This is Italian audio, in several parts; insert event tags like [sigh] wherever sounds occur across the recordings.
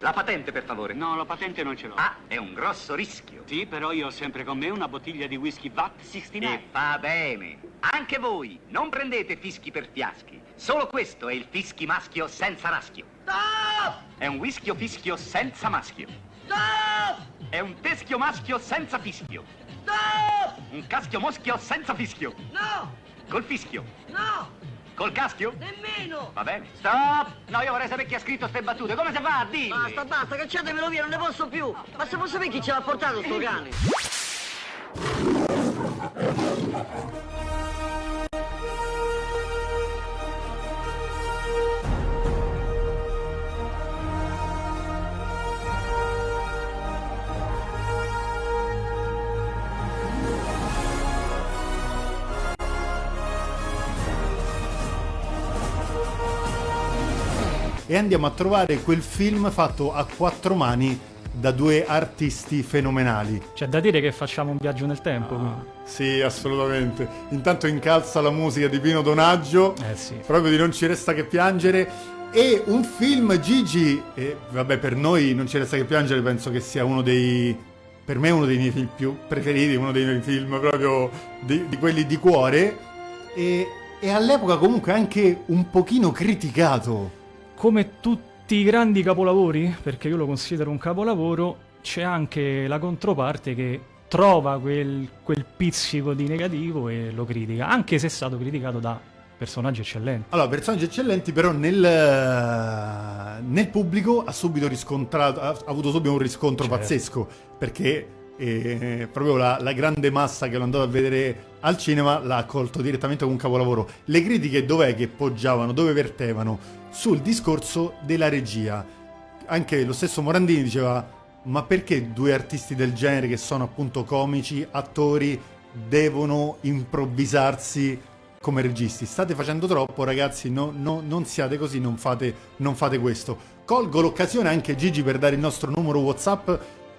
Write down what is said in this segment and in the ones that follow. La patente, per favore. No, la patente non ce l'ho. Ah, è un grosso rischio. Sì, però io ho sempre con me una bottiglia di whisky VAT 69. E fa bene. Anche voi, non prendete fischi per fiaschi. Solo questo è il fischi maschio senza raschio. Stop! È un whischio fischio senza maschio. Stop! È un teschio maschio senza fischio. Stop! Un caschio moschio senza fischio. No! Col fischio. No! Col caschio. Nemmeno! Va bene. Stop! No, io vorrei sapere chi ha scritto ste battute. Come si fa a dire? Basta, basta, cacciatemelo via, non ne posso più! Ma se posso sapere chi ce l'ha portato sto cane? e andiamo a trovare quel film fatto a quattro mani da due artisti fenomenali. C'è da dire che facciamo un viaggio nel tempo. quindi. Sì, assolutamente. Intanto incalza la musica di Pino Donaggio, Eh sì. proprio di non ci resta che piangere. E un film Gigi, e vabbè per noi non ci resta che piangere, penso che sia uno dei, per me uno dei miei film più preferiti, uno dei miei film proprio di, di quelli di cuore, e, e all'epoca comunque anche un pochino criticato. Come tutti i grandi capolavori, perché io lo considero un capolavoro, c'è anche la controparte che trova quel, quel pizzico di negativo e lo critica, anche se è stato criticato da personaggi eccellenti. Allora, personaggi eccellenti, però nel, nel pubblico ha subito riscontrato, ha ha avuto subito un riscontro Certo. pazzesco, perché eh, proprio la, la grande massa che l'ha andato a vedere al cinema l'ha accolto direttamente come un capolavoro. Le critiche dov'è che poggiavano, dove vertevano? Sul discorso della regia. Anche lo stesso Morandini diceva, ma perché due artisti del genere che sono appunto comici, attori, devono improvvisarsi come registi. State facendo troppo, ragazzi. no- no- non siate così, non fate, non fate questo. Colgo l'occasione anche Gigi per dare il nostro numero WhatsApp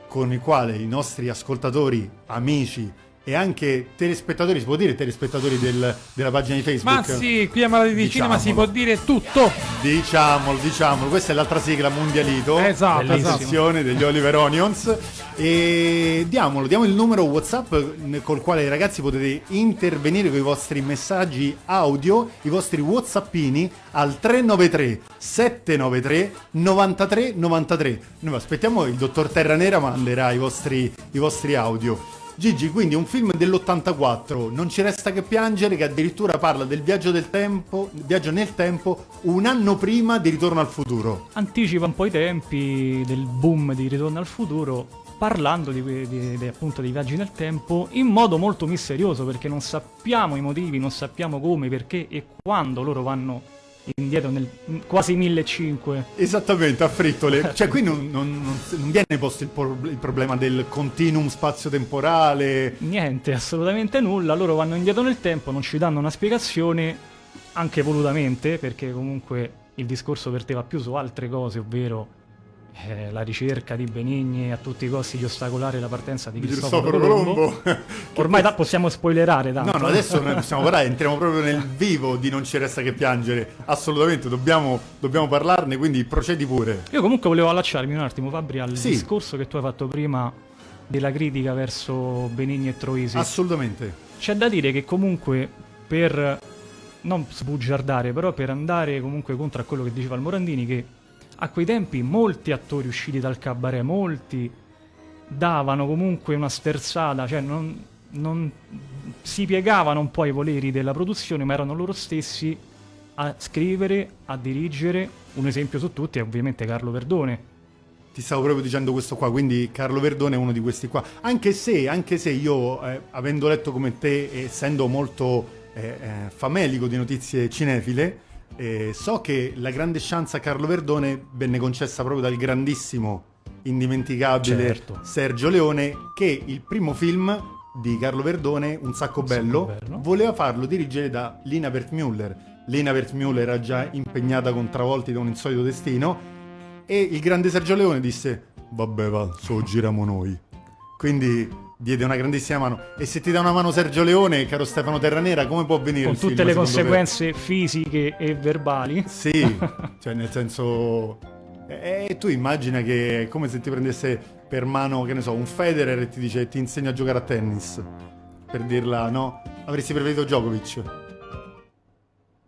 con il quale i nostri ascoltatori, amici e anche telespettatori, si può dire telespettatori del- della pagina di Facebook? Ma sì, qui a Malati di Cinema si può Diciamolo. dire tutto. Diciamolo, diciamolo, questa è l'altra sigla mondialito. Esatto, la sezione degli Oliver Onions. E diamolo, diamo il numero WhatsApp n- col quale ragazzi potete intervenire con i vostri messaggi audio, i vostri WhatsAppini al 393 793 93 93. Noi aspettiamo il dottor Terra Nera manderà i vostri, i vostri audio. Gigi, quindi un film dell'84, Non ci resta che piangere, che addirittura parla del viaggio del tempo, viaggio nel tempo, un anno prima di Ritorno al futuro. Anticipa un po' i tempi del boom di Ritorno al futuro parlando di, que- di- di- appunto dei viaggi nel tempo in modo molto misterioso perché non sappiamo i motivi, non sappiamo come, perché e quando loro vanno indietro nel in- quasi 1500. Esattamente, a frittole. Cioè, qui non, non- non- non viene posto il, por- il problema del continuum spazio-temporale. Niente, assolutamente nulla, loro vanno indietro nel tempo, non ci danno una spiegazione, anche volutamente, perché comunque il discorso verteva più su altre cose, ovvero eh, la ricerca di Benigni a tutti i costi di ostacolare la partenza di Di Cristoforo, Cristoforo Colombo. Colombo. Ormai da- possiamo spoilerare [laughs] tanto. No, no, adesso [laughs] noi possiamo parlare, entriamo proprio nel vivo di Non ci resta che piangere. Assolutamente, dobbiamo, dobbiamo parlarne, quindi procedi pure. Io comunque volevo allacciarmi un attimo, Fabri, al Sì. discorso che tu hai fatto prima della critica verso Benigni e Troisi. Ah, Assolutamente. C'è da dire che comunque per non sbugiardare, però per andare comunque contro a quello che diceva il Morandini, che a quei tempi molti attori usciti dal cabaret, molti davano comunque una sterzata, cioè non, non- si piegavano un po' ai voleri della produzione, ma erano loro stessi a scrivere, a dirigere. Un esempio su tutti è ovviamente Carlo Verdone. Ti stavo proprio dicendo questo qua, quindi Carlo Verdone è uno di questi qua. Anche se, anche se io, eh, avendo letto come te, essendo molto eh, eh, famelico di notizie cinefile, eh, so che la grande chance a Carlo Verdone venne concessa proprio dal grandissimo, indimenticabile Certo. Sergio Leone, che il primo film di Carlo Verdone, Un sacco Un sacco bello, bello. voleva farlo dirigere da Lina Wertmüller. Lina Wertmüller era già impegnata con Travolti da un insolito destino e il grande Sergio Leone disse: Vabbè, va, so giriamo noi. Quindi diede una grandissima mano. E se ti dà una mano Sergio Leone, caro Stefano Terranera, come può venire Con il film, tutte le secondo te? [laughs] conseguenze fisiche e verbali. Sì, cioè nel senso E e tu immagina che è come se ti prendesse per mano, che ne so, un Federer e ti dice ti insegno a giocare a tennis. Per dirla, no? Avresti preferito Djokovic.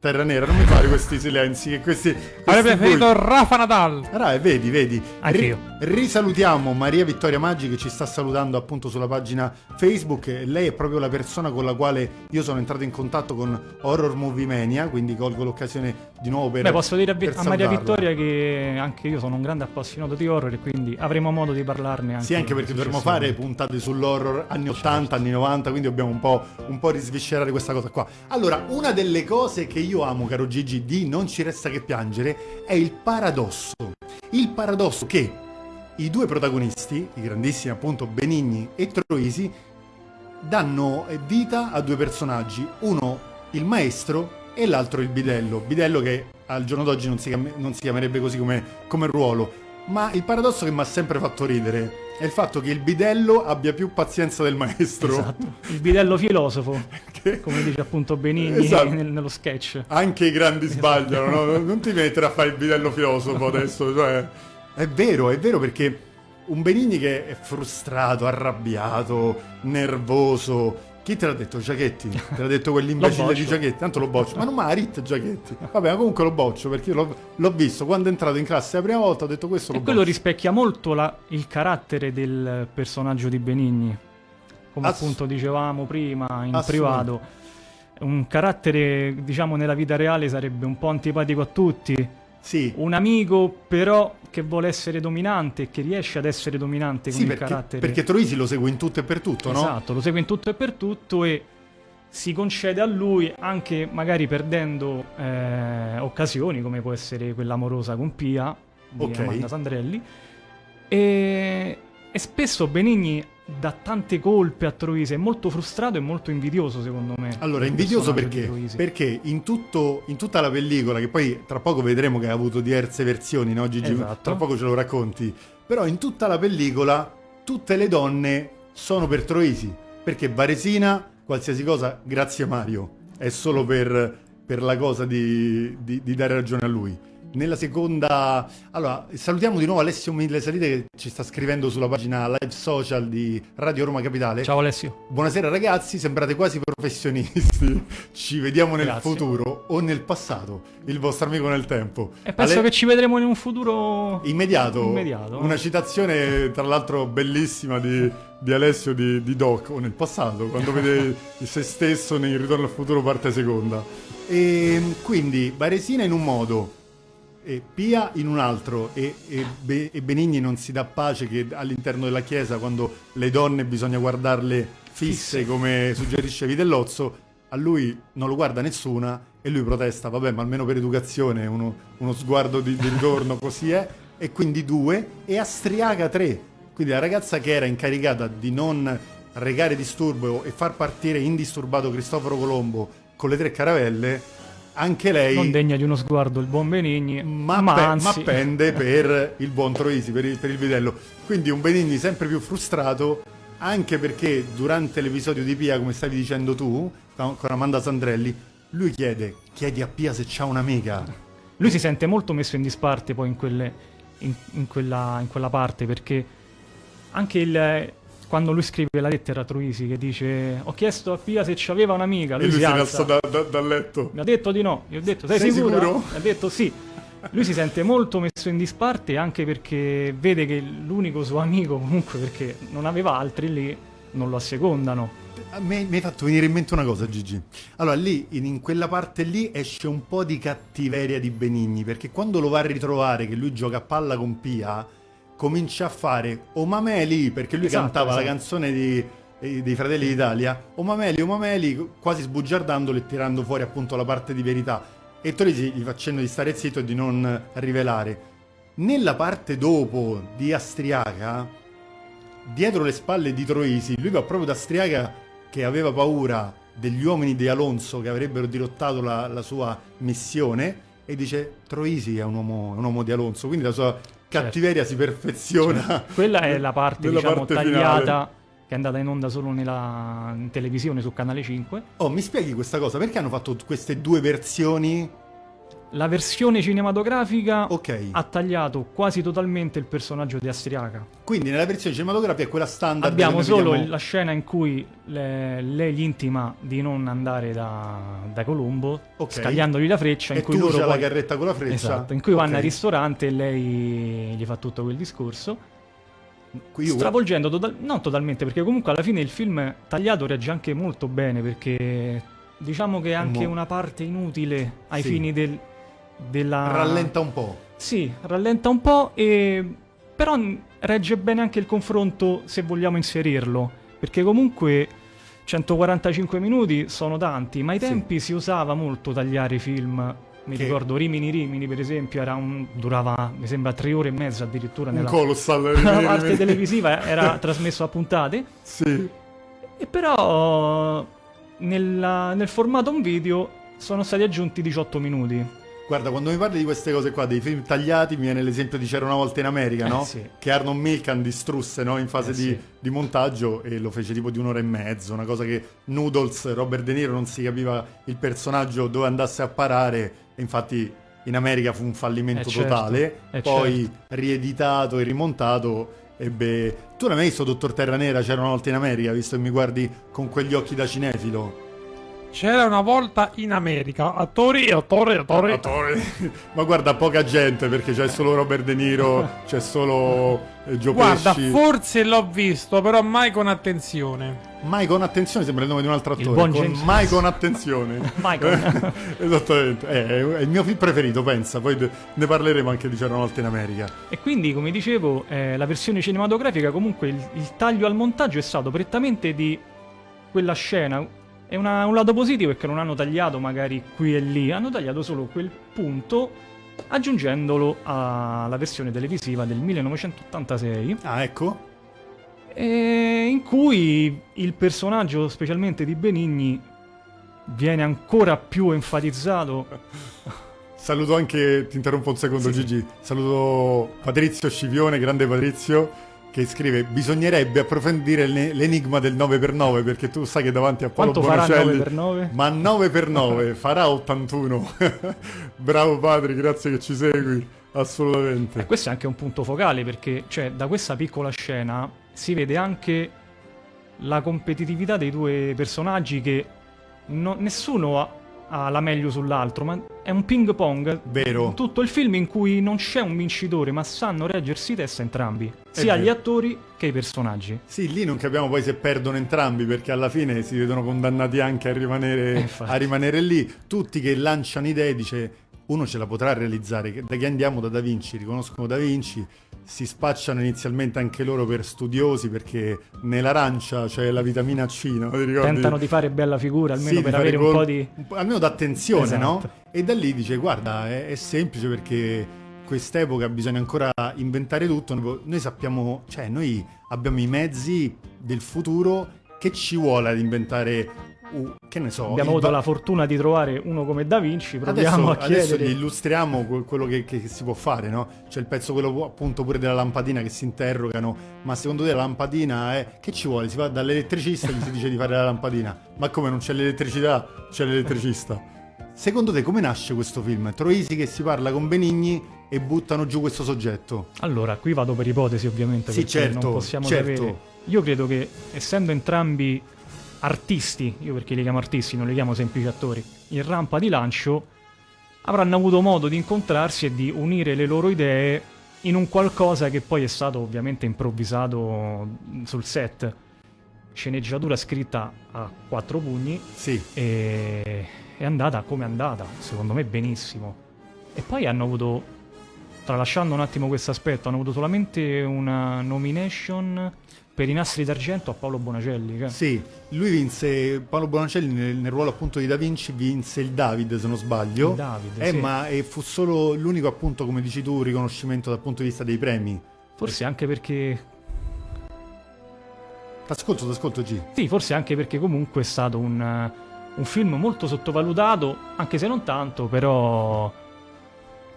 Terra nera, non mi fare questi silenzi, che questi... questi Avrebbe preferito volti- Rafa Nadal. Rai, vedi, vedi. Anche Ri- io. risalutiamo Maria Vittoria Maggi che ci sta salutando appunto sulla pagina Facebook. E Lei è proprio la persona con la quale io sono entrato in contatto con Horror Movie Mania, quindi colgo l'occasione di nuovo per... Beh, posso dire a, Vi- per a Maria salutarla. Vittoria che anche io sono un grande appassionato di horror e quindi avremo modo di parlarne anche Sì, anche perché dovremmo fare successivamente. puntate sull'horror anni Certo, 80, anni 90, quindi dobbiamo un po', un po' risviscerare questa cosa qua. Allora, una delle cose che io amo, caro Gigi, di Non ci resta che piangere, è il paradosso. Il paradosso che i due protagonisti, i grandissimi appunto Benigni e Troisi, danno vita a due personaggi, uno il maestro e l'altro il bidello. Bidello che al giorno d'oggi non si, chiam- non si chiamerebbe così come, come ruolo. Ma il paradosso che mi ha sempre fatto ridere è il fatto che il bidello abbia più pazienza del maestro. Esatto. Il bidello filosofo, [laughs] Che- come dice appunto Benigni Esatto. Ah, nel- nello sketch. Anche i [laughs] grandi sbagliano, no? non ti mettere a fare il bidello filosofo adesso. cioè. È vero, è vero perché un Benigni che è frustrato, arrabbiato, nervoso. Chi te l'ha detto? Giachetti? Te l'ha detto quell'imbecille di boccio. Giachetti? Tanto lo boccio. Ma non Marit Giachetti. Vabbè, ma comunque lo boccio perché io l'ho, l'ho visto. Quando è entrato in classe la prima volta ho detto questo lo E quello boccio. rispecchia molto la- il carattere del personaggio di Benigni, come Ass- appunto dicevamo prima in Assolutamente. privato. Un carattere, diciamo, nella vita reale sarebbe un po' antipatico a tutti. Sì. Un amico, però, che vuole essere dominante e che riesce ad essere dominante Sì, con il perché, carattere. perché Troisi lo segue in tutto e per tutto, no? Esatto, lo segue in tutto e per tutto e si concede a lui anche magari perdendo eh, occasioni come può essere quella amorosa con Pia di Ok. Amanda Sandrelli e, e spesso Benigni dà tante colpe a Troisi è molto frustrato e molto invidioso secondo me Allora, del invidioso personaggio di perché? Troisi. Perché in, tutto- in tutta la pellicola, che poi tra poco vedremo che ha avuto diverse versioni, no Gigi? Esatto. Tra poco ce lo racconti. Però in tutta la pellicola tutte le donne sono per Troisi. Perché Varesina, qualsiasi cosa, grazie Mario, è solo per, per la cosa di, di- di dare ragione a lui. Nella seconda... Allora, salutiamo di nuovo Alessio Mille Salite che ci sta scrivendo sulla pagina live social di Radio Roma Capitale. Ciao Alessio Buonasera ragazzi, sembrate quasi professionisti. [laughs] Ci vediamo nel Grazie. futuro o nel passato, il vostro amico nel tempo. e penso Ale- che ci vedremo in un futuro Immediato, Immediato. una citazione tra l'altro bellissima di, di Alessio di, di Doc, o nel passato, quando [laughs] vede se stesso nel Ritorno al futuro parte seconda. E quindi Varesina in un modo, e Pia in un altro, e, e Be- e Benigni non si dà pace che all'interno della chiesa quando le donne bisogna guardarle fisse, come suggerisce Vitellozzo, a lui non lo guarda nessuna e lui protesta, vabbè ma almeno per educazione uno, uno sguardo di, di ritorno così è, e quindi due, e Astriaca tre, quindi la ragazza che era incaricata di non regare disturbo e far partire indisturbato Cristoforo Colombo con le tre caravelle, anche lei non degna di uno sguardo il buon Benigni ma, ma pe- anzi ma pende per il buon Troisi, per il, per il vitello. Quindi un Benigni sempre più frustrato, anche perché durante l'episodio di Pia, come stavi dicendo tu, con con Amanda Sandrelli, lui chiede, chiedi a Pia se c'ha un'amica. [laughs] Lui si sente molto messo in disparte poi in, quelle- in- in quella, in quella parte perché anche il- quando lui scrive la lettera a Troisi che dice ho chiesto a Pia se ci aveva un'amica, lui, e lui si alza alza, da- da- dal letto. mi ha detto di no, gli ho detto sei, Sei sicuro? sicuro? Mi ha detto sì. Lui si sente molto messo in disparte anche perché vede che l'unico suo amico comunque perché non aveva altri lì non lo assecondano. A me- Eh, mi hai fatto venire in mente una cosa, Gigi. Allora, lì, in, in quella parte lì, esce un po' di cattiveria di Benigni, perché quando lo va a ritrovare che lui gioca a palla con Pia, comincia a fare O Mameli, perché lui Esatto, cantava la esatto. canzone di- eh, dei Fratelli d'Italia, O Mameli, O Mameli, quasi sbugiardandolo e tirando fuori appunto la parte di verità. E Torisi gli fa cenno di stare zitto e di non rivelare. Nella parte dopo di Astriaca, dietro le spalle di Troisi, lui va proprio da Astriaca che aveva paura degli uomini di Alonso che avrebbero dirottato la, la sua missione e dice Troisi è un uomo, è un uomo di Alonso, quindi la sua cattiveria si perfeziona. Certo. [laughs] Quella è la parte Nella diciamo parte tagliata finale. che è andata in onda solo nella in televisione su Canale 5. Oh, mi spieghi questa cosa? Perché hanno fatto queste due versioni La versione cinematografica Ok. ha tagliato quasi totalmente il personaggio di Astriaca. Quindi nella versione cinematografica è quella standard. Abbiamo che noi solo vediamo- la scena in cui le- lei gli intima di non andare da, da Colombo, Ok. scagliandogli la freccia. E in cui tu loro c'ha la poi- carretta con la freccia. Esatto, in cui vanno Ok. al ristorante e lei gli fa tutto quel discorso. Qui io- stravolgendo total- non totalmente perché comunque alla fine il film tagliato regge anche molto bene perché diciamo che è anche Mo- una parte inutile ai Sì. fini del, della Rallenta un po'. sì rallenta un po' e però n- regge bene anche il confronto se vogliamo inserirlo perché comunque 145 minuti sono tanti ma ai Sì. tempi si usava molto tagliare i film mi Che- ricordo Rimini Rimini per esempio era un- durava mi sembra tre ore e mezza addirittura Un nella, colossal. [laughs] la parte televisiva [laughs] eh, era trasmesso a puntate Sì. e però nella- nel formato un video sono stati aggiunti 18 minuti Guarda, quando mi parli di queste cose qua, dei film tagliati, mi viene l'esempio di C'era una volta in America, Eh, no? sì. Che Arnon Milkan distrusse no? in fase Eh, di, sì. di montaggio e lo fece tipo di un'ora e mezzo, una cosa che Noodles, Robert De Niro, non si capiva il personaggio dove andasse a parare, e infatti in America fu un fallimento Eh, certo. totale, Eh, poi rieditato e rimontato. Ebbe... Tu non hai mai visto Dottor Terra Nera? C'era una volta in America, visto che mi guardi con quegli occhi da cinefilo. C'era una volta in America, attori e attori e attori. Attore. [laughs] Ma guarda, poca gente perché c'è solo Robert De Niro, c'è solo eh, Joe Guarda, Pesci. forse l'ho visto, però mai con attenzione. Mai con attenzione sembra il nome di un altro Il attore. buon Con James- Mai con [laughs] attenzione. [laughs] Michael. Esattamente. Eh, È, il mio film preferito, pensa. Poi de- ne parleremo anche di C'era una volta in America. e quindi come dicevo eh, la versione cinematografica comunque il, il taglio al montaggio è stato prettamente di quella scena è una- un lato positivo è che non hanno tagliato magari qui e lì hanno tagliato solo quel punto aggiungendolo alla versione televisiva del 1986 Ah, ecco. E in cui il personaggio, specialmente di Benigni, viene ancora più enfatizzato. Saluto anche, ti interrompo un secondo Gigi, saluto Patrizio Scipione, grande Patrizio, che scrive bisognerebbe approfondire l'e- l'enigma del 9x9 perché tu sai che davanti a Paolo Quanto farà Bonocelli 9x9? Ma 9x9 farà 81. [laughs] Bravo Patri, grazie che ci segui, assolutamente. Questo è anche un punto focale perché, cioè, da questa piccola scena si vede anche la competitività dei due personaggi che no- nessuno ha, ha la meglio sull'altro, ma è un ping pong. Vero. Tutto il film in cui non c'è un vincitore, ma sanno reggersi testa entrambi, sia vero. gli attori che i personaggi. Sì, lì non capiamo poi se perdono entrambi perché alla fine si vedono condannati anche a rimanere, Eh, infatti. a rimanere lì. Tutti che lanciano idee dice uno ce la potrà realizzare, che- da che andiamo da Da Vinci, riconoscono Da Vinci, si spacciano inizialmente anche loro per studiosi perché nell'arancia c'è la vitamina C, no? Ti ricordi? Tentano di fare bella figura, almeno Sì, per di fare avere un gol- po' di... un po'- almeno d'attenzione, Esatto. no? E da lì dice: Guarda, è, è semplice perché quest'epoca bisogna ancora inventare tutto. Noi noi sappiamo, cioè, noi abbiamo i mezzi del futuro che ci vuole ad inventare. u- che ne so, Abbiamo il avuto va- la fortuna di trovare uno come Da Vinci, Adesso, proviamo a adesso chiedere. gli illustriamo que- quello che, che si può fare, no? C'è il pezzo quello pu- appunto pure della lampadina che si interrogano, ma secondo te la lampadina è... Che ci vuole? Si va dall'elettricista e gli si dice di fare la lampadina. Ma come non c'è l'elettricità? C'è l'elettricista. Secondo te come nasce questo film? Troisi che si parla con Benigni e buttano giù questo soggetto. Allora, qui vado per ipotesi ovviamente, Sì, perché certo, non possiamo certo. sapere. Io credo che, essendo entrambi artisti, io perché li chiamo artisti, non li chiamo semplici attori, in rampa di lancio avranno avuto modo di incontrarsi e di unire le loro idee in un qualcosa che poi è stato ovviamente improvvisato sul set. Sceneggiatura scritta a quattro pugni, Sì, e è andata come è andata, secondo me benissimo. E poi hanno avuto, tralasciando un attimo questo aspetto, hanno avuto solamente una nomination per i nastri d'argento a Paolo Bonacelli. Che... sì. Lui vinse, Paolo Bonacelli nel, nel ruolo appunto di Da Vinci vinse il David se non sbaglio. Il David, Eh, sì. ma eh, fu solo l'unico appunto, come dici tu, riconoscimento dal punto di vista dei premi. Forse anche perché. T'ascolto, t'ascolto G. Sì, forse anche perché comunque è stato un, un film molto sottovalutato, anche se non tanto, però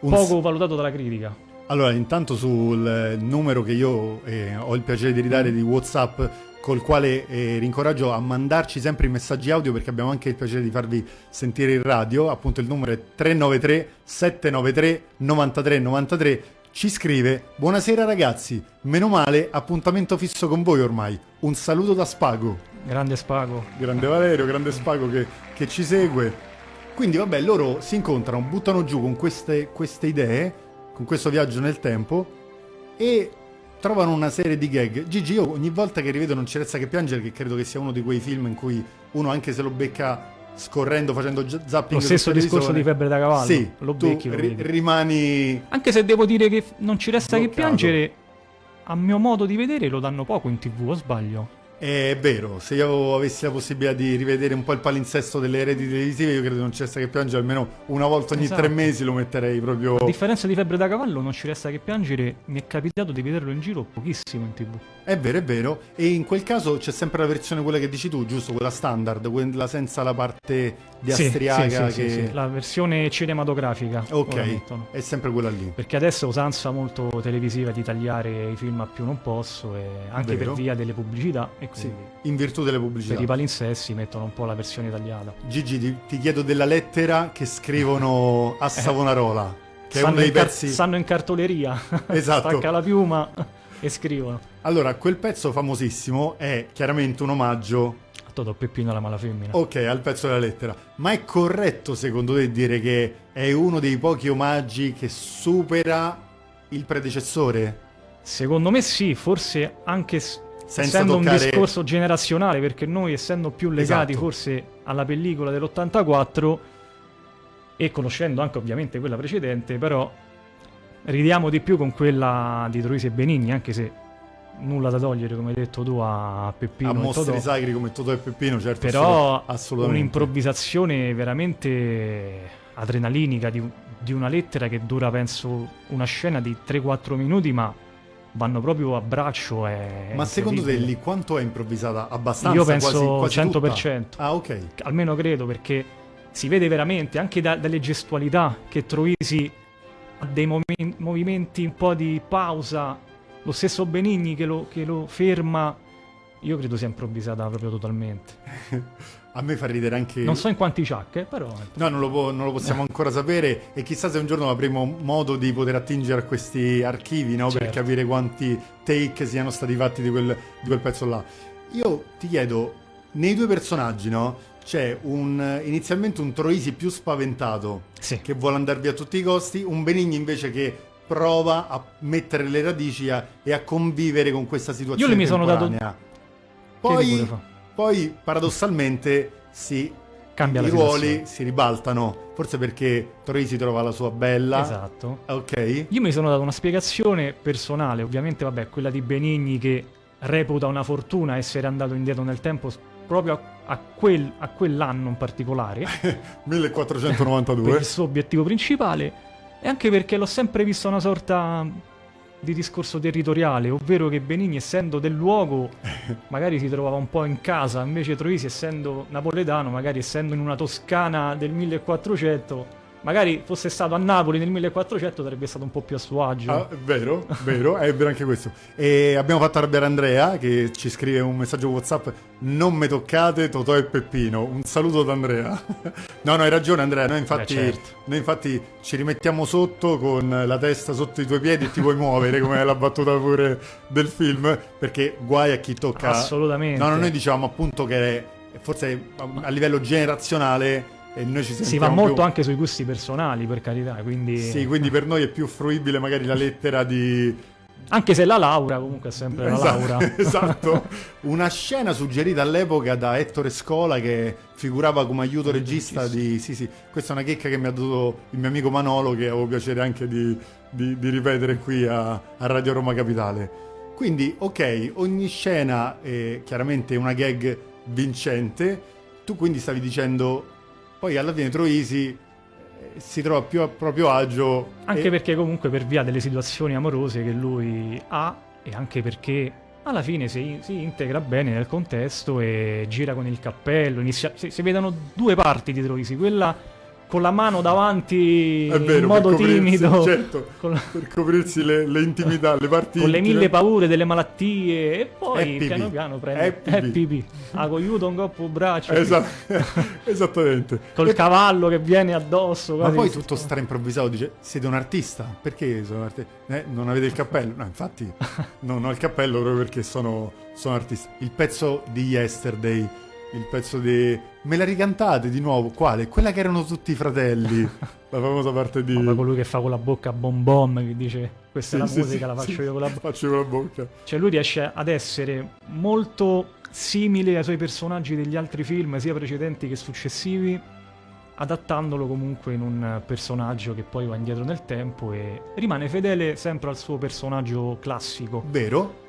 Un poco valutato dalla critica. s- Allora, intanto sul eh, numero che io eh, ho il piacere di ridare di WhatsApp, col quale eh, rincoraggio a mandarci sempre i messaggi audio perché abbiamo anche il piacere di farvi sentire in radio, appunto il numero è 393 793 93 93. Ci scrive: "Buonasera ragazzi, meno male, appuntamento fisso con voi ormai. Un saluto da Spago". Grande spago. Grande Valerio, grande Spago che, che ci segue. Quindi vabbè, loro si incontrano, buttano giù con queste, queste idee, con questo viaggio nel tempo e trovano una serie di gag. Gigi, io ogni volta che rivedo Non ci resta che piangere, che credo che sia uno di quei film in cui uno anche se lo becca scorrendo, facendo gi- zapping... Lo stesso sul discorso televisore, di febbre da cavallo. Sì, Lo tu becchi, lo ri- vedi. rimani... Anche se devo dire che f- non ci resta che Bloccato. piangere, a mio modo di vedere lo danno poco in tv, o sbaglio? È vero, se io avessi la possibilità di rivedere un po' il palinsesto delle reti televisive, io credo che non ci resta che piangere almeno una volta ogni Esatto. tre mesi lo metterei proprio... A differenza di Febbre da Cavallo, non ci resta che piangere, mi è capitato di vederlo in giro pochissimo in tv. È vero, è vero. E in quel caso c'è sempre la versione quella che dici tu, giusto? Quella standard, quella senza la parte di Sì, astriaca sì, sì, che... sì, sì. La versione cinematografica. ora Ok, mettono. è sempre quella lì. Perché adesso è usanza molto televisiva di tagliare i film a più non posso, e anche Vero. per via delle pubblicità e Sì, quindi in virtù delle per i pubblicità. palinsessi mettono un po' la versione tagliata. Gigi, ti, ti chiedo della lettera che scrivono Eh. a Savonarola, che è uno Stanno dei in car- pezzi... stanno in cartoleria, [laughs] Esatto. stacca la piuma e scrivono. Allora, quel pezzo famosissimo è chiaramente un omaggio A Toto Peppino la mala femmina. [laughs] Ok, al pezzo della lettera. Ma è corretto secondo te dire che è uno dei pochi omaggi che supera il predecessore? Secondo me sì, forse anche s- Senza essendo un toccare- discorso generazionale, perché noi essendo più legati Esatto. forse alla pellicola dell'84 e conoscendo anche ovviamente quella precedente, però ridiamo di più con quella di Troisi e Benigni, anche se nulla da togliere, come hai detto tu, a Peppino a e mostri esatto. Totò. sacri come Totò e Peppino, certo. però assolut- assolutamente. un'improvvisazione veramente adrenalinica di, di una lettera che dura penso una scena di 3-4 minuti ma vanno proprio a braccio è Ma secondo te incredibile. lì quanto è improvvisata? Abbastanza? Io penso quasi, quasi 100%. tutta? Ah, ok. [laughs] almeno credo perché si vede veramente anche da- dalle gestualità che Troisi ha dei momen- movimenti un po' di pausa lo stesso Benigni che lo, che lo ferma io credo sia improvvisata proprio totalmente A me fa ridere anche... non so in quanti ciacche però No, non lo, po- non lo possiamo ancora sapere e chissà se un giorno avremo modo di poter attingere a questi archivi no? per Certo. capire quanti take siano stati fatti di quel, di quel pezzo là. Io ti chiedo, nei due personaggi no? c'è un, inizialmente un Troisi più spaventato sì. che vuole andare via a tutti i costi, un Benigni invece che prova a mettere le radici a- e a convivere con questa situazione. Io lì mi sono dato- temporanea. Che Poi, rigore fa? poi paradossalmente si cambia i la ruoli situazione. si ribaltano, forse perché Troisi trova la sua bella. Esatto. Ok. Io mi sono dato una spiegazione personale, ovviamente vabbè, quella di Benigni che reputa una fortuna essere andato indietro nel tempo s- proprio a, a quel- a quell'anno [laughs] in particolare, per [laughs] 1492. il suo obiettivo principale, e anche perché l'ho sempre visto una sorta di discorso territoriale, ovvero che Benigni essendo del [laughs] luogo magari si trovava un po' in casa, invece Troisi essendo napoletano, magari essendo in una Toscana del 1400, magari fosse stato a Napoli nel 1400 sarebbe stato un po' più a suo agio. Ah, vero, vero, è vero anche questo. E abbiamo fatto arrabbiare Andrea che ci scrive un messaggio WhatsApp: Non me toccate Totò e Peppino. Un saluto da Andrea. [laughs] No, no, hai ragione, Andrea. Noi infatti, Beh, certo. noi infatti ci rimettiamo sotto con la testa sotto i tuoi piedi e ti puoi muovere, come è la battuta pure del film. Perché guai a chi tocca. Assolutamente. No, no, noi diciamo appunto che forse a, a livello generazionale eh, noi ci sentiamo si va molto più- anche sui gusti personali, per carità, quindi Sì, quindi per noi è più fruibile magari la lettera di... anche se la Laura comunque è sempre la Esatto, Laura. [laughs] esatto. Una scena suggerita all'epoca da Ettore Scola che figurava come aiuto regista di... Sì, sì, questa è una checca che mi ha dato il mio amico Manolo che avevo piacere anche di, di- di ripetere qui a, a Radio Roma Capitale. Quindi, ok, ogni scena è chiaramente una gag vincente. Tu quindi stavi dicendo, poi alla fine Troisi eh, si trova più a proprio agio. Anche e- perché comunque per via delle situazioni amorose che lui ha e anche perché alla fine si, si integra bene nel contesto e gira con il cappello, inizia- si, si vedono due parti di Troisi, quella con la mano davanti È vero, in modo per coprirsi, timido, certo, [laughs] con, la- per coprirsi le, le intimità, le parti con le intime. mille paure delle malattie e poi FPV. piano piano prende FPV. FPV, ah, con aiuto un coppo braccio, Esa- Esatto, [laughs] esattamente. col E- cavallo che viene addosso. Ma guardi, poi tutto- tutto stra improvvisato dice: Siete un artista? Perché sono arti- eh, non avete il cappello? No, [laughs] infatti, non ho il cappello proprio perché sono, sono artista. Il pezzo di Yesterday, il pezzo di. Me la ricantate di nuovo? Quale? Quella che erano tutti i [laughs] fratelli. la famosa parte di. Ma poi colui che fa con la bocca bom bom, che dice questa Sì, è la sì, musica, sì, la faccio sì, io con la bocca. Faccio con la bocca. Cioè lui riesce ad essere molto simile ai suoi personaggi degli altri film, sia precedenti che successivi, adattandolo comunque in un personaggio che poi va indietro nel tempo e rimane fedele sempre al suo personaggio classico, Vero?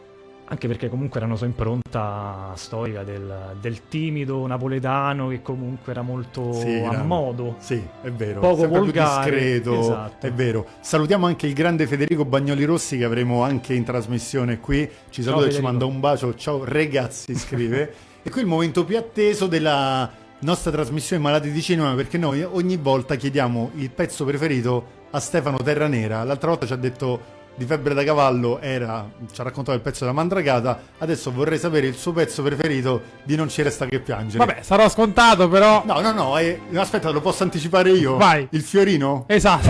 anche perché comunque era una sua impronta storica del, del timido napoletano che comunque era molto Sì, a era- modo. Sì, è vero. Poco sempre volgare, più discreto. esatto. È vero. Salutiamo anche il grande Federico Bagnoli Rossi che avremo anche in trasmissione qui. Ci Ciao, saluta e ci Federico. manda un bacio. Ciao ragazzi, [laughs] scrive. e qui è il momento più atteso della nostra trasmissione Malati di Cinema perché noi ogni volta chiediamo il pezzo preferito a Stefano Terranera. L'altra volta ci ha detto di febbre da cavallo era, ci ha raccontato il pezzo della mandragata, adesso vorrei sapere il suo pezzo preferito di Non ci resta che piangere. Vabbè, sarò scontato, però. No, no, no, eh, aspetta, lo posso anticipare io. Vai. Il fiorino? Esatto.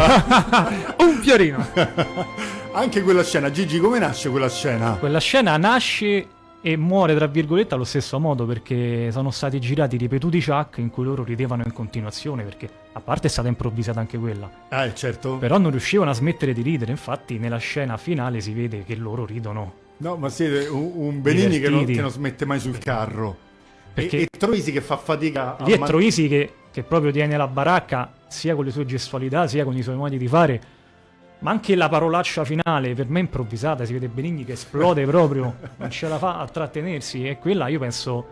Un fiorino. [laughs] Anche quella scena, Gigi, come nasce quella scena? Quella scena nasce e muore, tra virgolette, allo stesso modo perché sono stati girati ripetuti ciak in cui loro ridevano in continuazione perché, a parte è stata improvvisata anche quella, Eh, certo. però non riuscivano a smettere di ridere, infatti nella scena finale si vede che loro ridono. No, ma siete un, un Benigni che non, Divertiti. che non smette mai sul carro. Perché E, e Troisi che fa fatica a lì è man- Troisi che, che proprio tiene la baracca sia con le sue gestualità, sia con i suoi modi di fare, ma anche la parolaccia finale, per me improvvisata, si vede Benigni [laughs] che esplode proprio, non ce la fa a trattenersi e quella io penso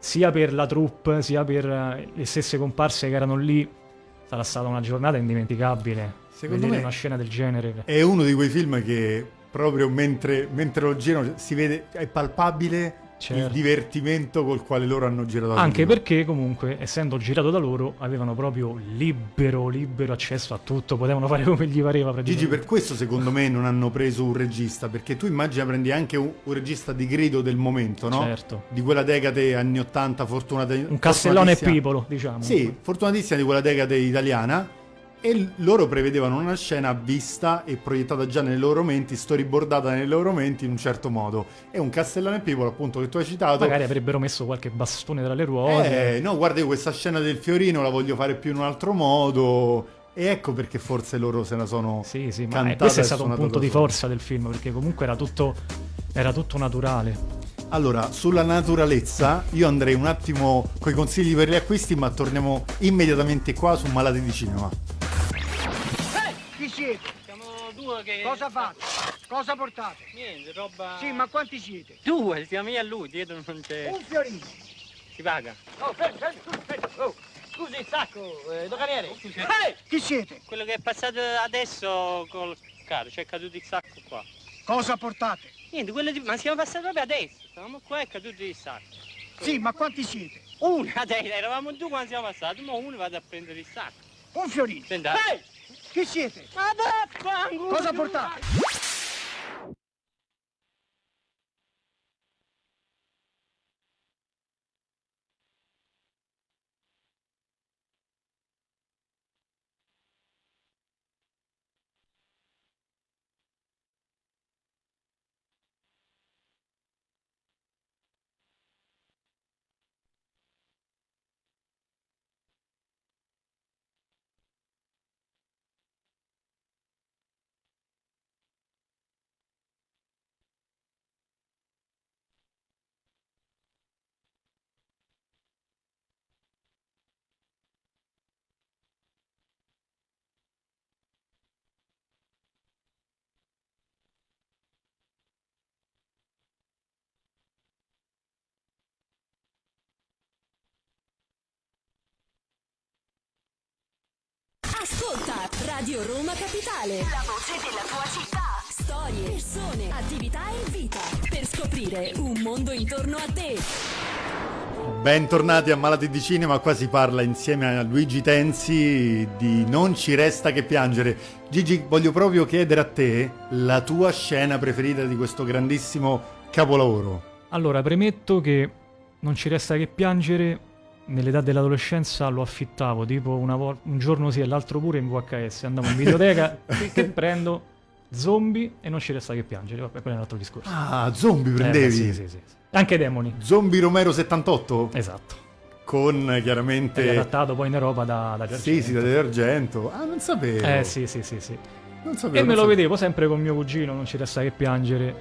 sia per la troupe, sia per eh, le stesse comparse che erano lì, sarà stata una giornata indimenticabile. Secondo vedere me- una scena del genere. È uno di quei film che proprio mentre, mentre lo girano si vede, è palpabile il Certo. divertimento col quale loro hanno girato. il Anche film. perché comunque, essendo girato da loro, avevano proprio libero, libero accesso a tutto, potevano fare come gli pareva. Gigi, praticamente. per questo secondo me non hanno preso un regista, perché tu immagina prendi anche un, un regista di grido del momento, no? Certo. Di quella decade anni 80, fortunata, un castellone fortunatissima- pipolo, diciamo. Sì, fortunatissima di quella decade italiana. E l- loro prevedevano una scena vista e proiettata già nelle loro menti, storyboardata nelle loro menti in un certo modo. E un castellone pipolo, appunto, che tu hai citato. Magari avrebbero messo qualche bastone tra le ruote. Eh, no, guarda, io questa scena del fiorino la voglio fare più in un altro modo. E ecco perché forse loro se la sono. sì, sì, ma eh, cantata questo è e stato un suonata punto da di soli. forza del film, perché comunque era tutto, era tutto naturale. Allora, sulla naturalezza, io andrei un attimo coi consigli per gli acquisti, ma torniamo immediatamente qua su Malati di Cinema. Chi siete? Siamo due che... Cosa fate? Cosa portate? Niente, roba... Sì, ma quanti siete? Due, siamo io e lui, dietro non c'è... Un fiorino. Si paga. Oh, fermo, fermo, tu, fermo. Oh, Scusi, il sacco, eh, doganiere. Ehi, chi siete? Quello che è passato adesso col carro, c'è caduto il sacco qua. Cosa portate? Niente, quello di... Ma siamo passati proprio adesso. Stavamo qua e è caduto il sacco. [laughs] Sì, ma quanti siete? Uno adesso, eravamo due quando siamo passati, ma uno vado a prendere il sacco. Un fiorino. Senta. Ehi, chi siete? Ma vaffanculo! Cosa portate? Ascolta Radio Roma Capitale. La voce della tua città. Storie, persone, attività e vita. Per scoprire un mondo intorno a te. Bentornati a Malati di Cinema, qua si parla insieme a Luigi Tenzi di Non ci resta che piangere. Gigi, voglio proprio chiedere a te la tua scena preferita di questo grandissimo capolavoro. Allora, premetto che non ci resta che piangere. Nell'età dell'adolescenza lo affittavo, tipo una vol- un giorno sì e l'altro pure in VHS. Andavo [laughs] in videoteca, che prendo zombie e non ci resta che piangere. Vabbè, quello è un altro discorso. Ah, zombie Eh, prendevi? sì, sì, sì. Anche demoni. Zombie Romero 78? Esatto. Con eh, chiaramente... Riadattato poi in Europa da, da Sì, sì, da Giorgento. De Argento. Ah, non sapevo. Eh sì, sì, sì, sì. Non sapevo. E non me lo sapevo. vedevo sempre con mio cugino, non ci resta che piangere.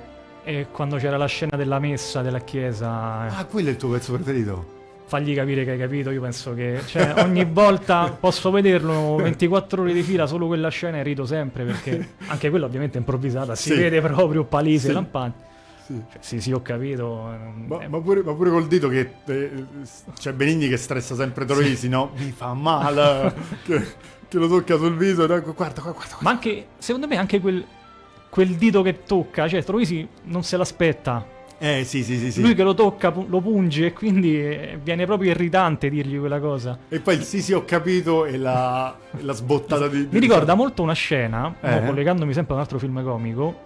E quando c'era la scena della messa della chiesa, Ah, quello è il tuo pezzo preferito? fagli capire che hai capito, io penso che cioè, ogni volta posso vederlo 24 ore di fila solo quella scena e rido sempre perché anche quella ovviamente è improvvisata, si Sì. vede proprio palese, Sì. Boh, lampante. Cioè, sì, sì, ho capito. ehm, Ma, eh, ma pure, ma pure col dito che eh, s- c'è Benigni che stressa sempre Troisi, no? Mi fa [laughs] male. che, che lo tocca sul viso. no? Guarda, guarda, guarda. Ma anche, secondo me, anche quel, quel dito che tocca, cioè Troisi non se l'aspetta. Eh, sì, sì, sì. sì. Lui che lo tocca pu- lo punge e quindi eh, viene proprio irritante dirgli quella cosa. E poi il sì, sì, ho capito. E la, e la sbottata di. Mi ricorda molto una scena, Eh? mo collegandomi sempre a un altro film comico,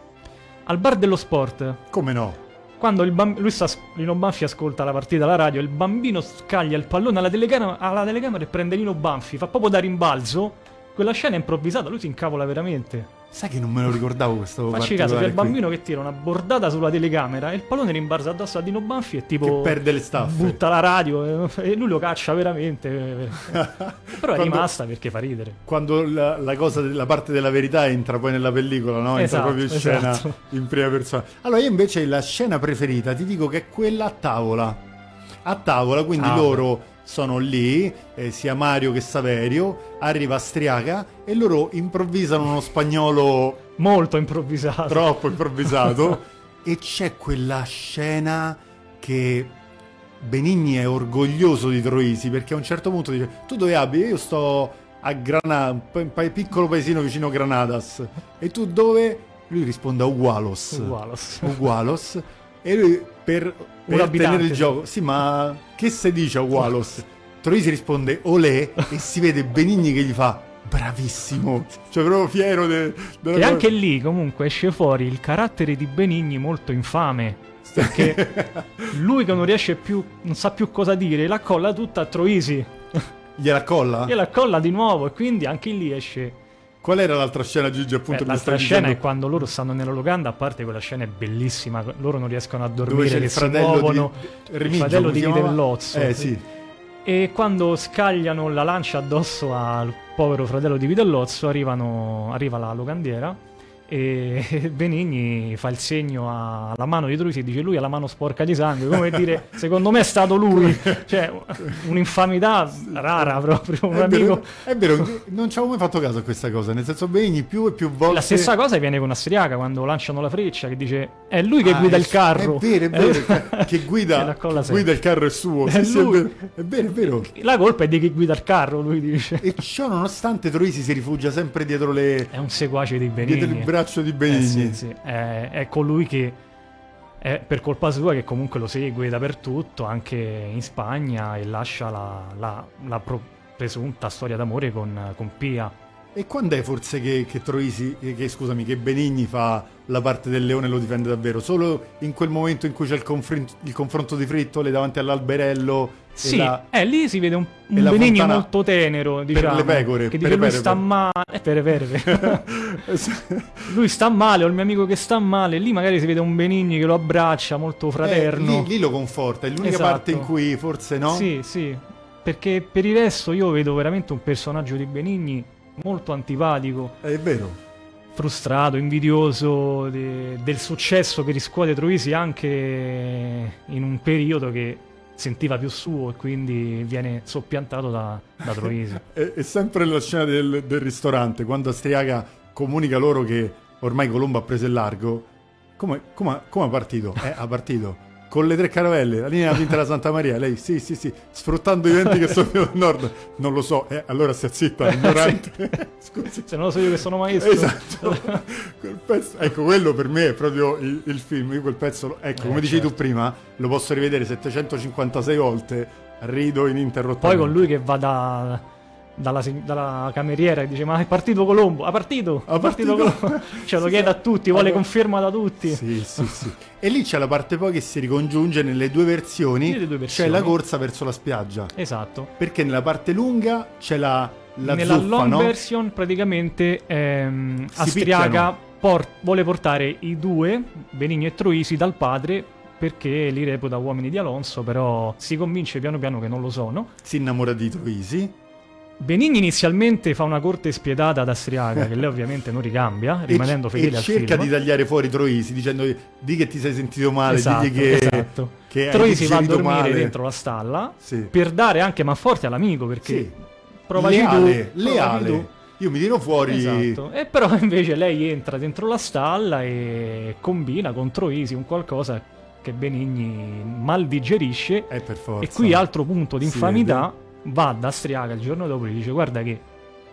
al bar dello sport. Come no? Quando il bam- lui sta, Lino Banfi ascolta la partita alla radio, il bambino scaglia il pallone alla telecamera, alla telecamera e prende Lino Banfi, fa proprio da rimbalzo. Quella scena è improvvisata, lui si incavola veramente. Sai che non me lo ricordavo questo. Facci caso che particolare il qui. bambino che tira una bordata sulla telecamera e il pallone rimbalza addosso a Lino Banfi e tipo... Che perde le staffe. [laughs] Butta la radio eh, e lui lo caccia veramente. eh, eh. Però è Quando- rimasta perché fa ridere. Quando la, la cosa, de- la parte della verità entra poi nella pellicola, no? Entra Esatto, proprio in scena esatto. in prima persona. Allora, io invece la scena preferita ti dico che è quella a tavola. A tavola, quindi Ah, loro sono lì, eh, sia Mario che Saverio, arriva Astriaca e loro improvvisano uno spagnolo Molto improvvisato. troppo [laughs] improvvisato e c'è quella scena che Benigni è orgoglioso di Troisi perché a un certo punto dice tu dove abiti? Io sto a Granada, un pa- pa- piccolo paesino vicino a Granadas e tu dove? Lui risponde a Ugualos. Ugualos. Ugualos. E lui per, per abitante, tenere il sì. gioco, sì ma che si dice a Ugualos? Troisi risponde olè e si vede Benigni che gli fa bravissimo, cioè proprio fiero de- della E cosa. anche lì comunque esce fuori il carattere di Benigni molto infame. Perché lui che non riesce più, non sa più cosa dire, la colla tutta a Troisi. [laughs] Gliela colla? E la colla di nuovo e quindi anche lì esce... Qual era l'altra scena, Gigi? Appunto, mi Beh, Eh, l'altra stai scena è dicendo? quando loro stanno nella locanda, a parte quella scena è bellissima, loro non riescono a dormire, Dove c'è che il si fratello muovono, di il Remigio, fratello come di si chiamava? Vitellozzo. Eh sì. E quando scagliano la lancia addosso al povero fratello di Vitellozzo, arrivano, arriva la locandiera e [laughs] Benigni fa il segno a- alla mano di Troisi e dice lui ha la mano sporca di sangue, come [laughs] dire secondo me è stato lui, cioè un'infamità rara proprio, un È vero, amico... è vero, non ci avevo mai fatto caso a questa cosa. Nel senso, Benigni più e più volte. La stessa cosa viene con Astriaca quando lanciano la freccia che dice è lui che guida il carro. Ah, È vero, è [laughs] vero. che E guida, la colla che guida il carro è suo. È Sì, sì, è, lui. vero, è vero, è vero. sempre. La colpa è di chi guida il carro, lui dice. E ciò nonostante Troisi si rifugia sempre dietro, le, È un seguace di Benigni. dietro il braccio di Eh, Benigni. sì, sì. È, è colui che è per colpa sua che comunque lo segue dappertutto, anche in Spagna, e lascia la, la- la pro- presunta storia d'amore con, con Pia. E quando è forse che, che Troisi, eh, che scusami, che Benigni fa la parte del leone e lo difende davvero? Solo in quel momento in cui c'è il, confrin- il confronto di frittole davanti all'alberello Sì, e la, [laughs] eh, lì si vede un, un e la Benigni fontana molto tenero, diciamo. le pecore, per Che dice le lui pecore. sta male... Eh, per [laughs] le pecore. lui sta male, o il mio amico che sta male, lì magari si vede un Benigni che lo abbraccia molto Eh, [laughs] fraterno. lì, lì lo conforta, è l'unica Esatto. parte in cui forse no? Sì, sì, perché per il resto io vedo veramente un personaggio di Benigni molto antipatico, È vero. frustrato, invidioso de- del successo che riscuote Troisi anche in un periodo che sentiva più suo e quindi viene soppiantato da, [laughs] da Troisi. È, è sempre la scena del, del ristorante, quando Astriaga comunica loro che ormai Colombo ha preso il largo. Come, come, come ha partito? Eh, ha partito. con le tre caravelle, la linea vinta la Santa Maria, lei sì, sì, sì, sfruttando i venti che sono del nord, non lo so, eh, allora stia zitta, ignorante. [laughs] Scusi. Se non lo so io che sono maestro. Esatto, [laughs] Quel pezzo- ecco quello per me è proprio il, il film. Io quel pezzo, lo- Eh, ecco come dicevi tu certo. prima, lo posso rivedere 756 volte. Rido ininterrottamente. [laughs] Poi con lui che va da- dalla, se- dalla cameriera e dice: Ma è partito Colombo? Ha partito! Ha è partito partito. Colombo! [laughs] Ce lo Sì, chiede a sì. tutti, vuole Allora- conferma da tutti. Sì, sì, sì. [laughs] E lì c'è la parte poi che si ricongiunge nelle due versioni. Nelle due C'è versioni. la corsa verso la spiaggia. Esatto. Perché nella parte lunga c'è la, la Nella zuffa, long no? version, praticamente, ehm, Si Astriaga picchiano. por- vuole portare i due, Benigno e Troisi, dal padre perché li reputa uomini di Alonso, però si convince piano piano che non lo sono. Si innamora di Troisi. Benigni inizialmente fa una corte spietata ad Astriaga, che lei ovviamente non [laughs] ricambia, e- rimanendo e, fedele al film. cerca di tagliare fuori Troisi dicendo di che ti sei sentito male, esatto, digli che, esatto. che hai Troisi va a digerito dormire male. dentro la stalla Sì. per dare anche manforte all'amico perché Sì. provaci leale, tu, leale. provaci tu. Io mi tiro fuori. Esatto. E però [laughs] invece lei entra dentro la stalla e combina contro Isi un qualcosa che Benigni mal digerisce. Eh, per forza. e qui altro punto di Si infamità va da Striaga il giorno dopo e gli dice guarda che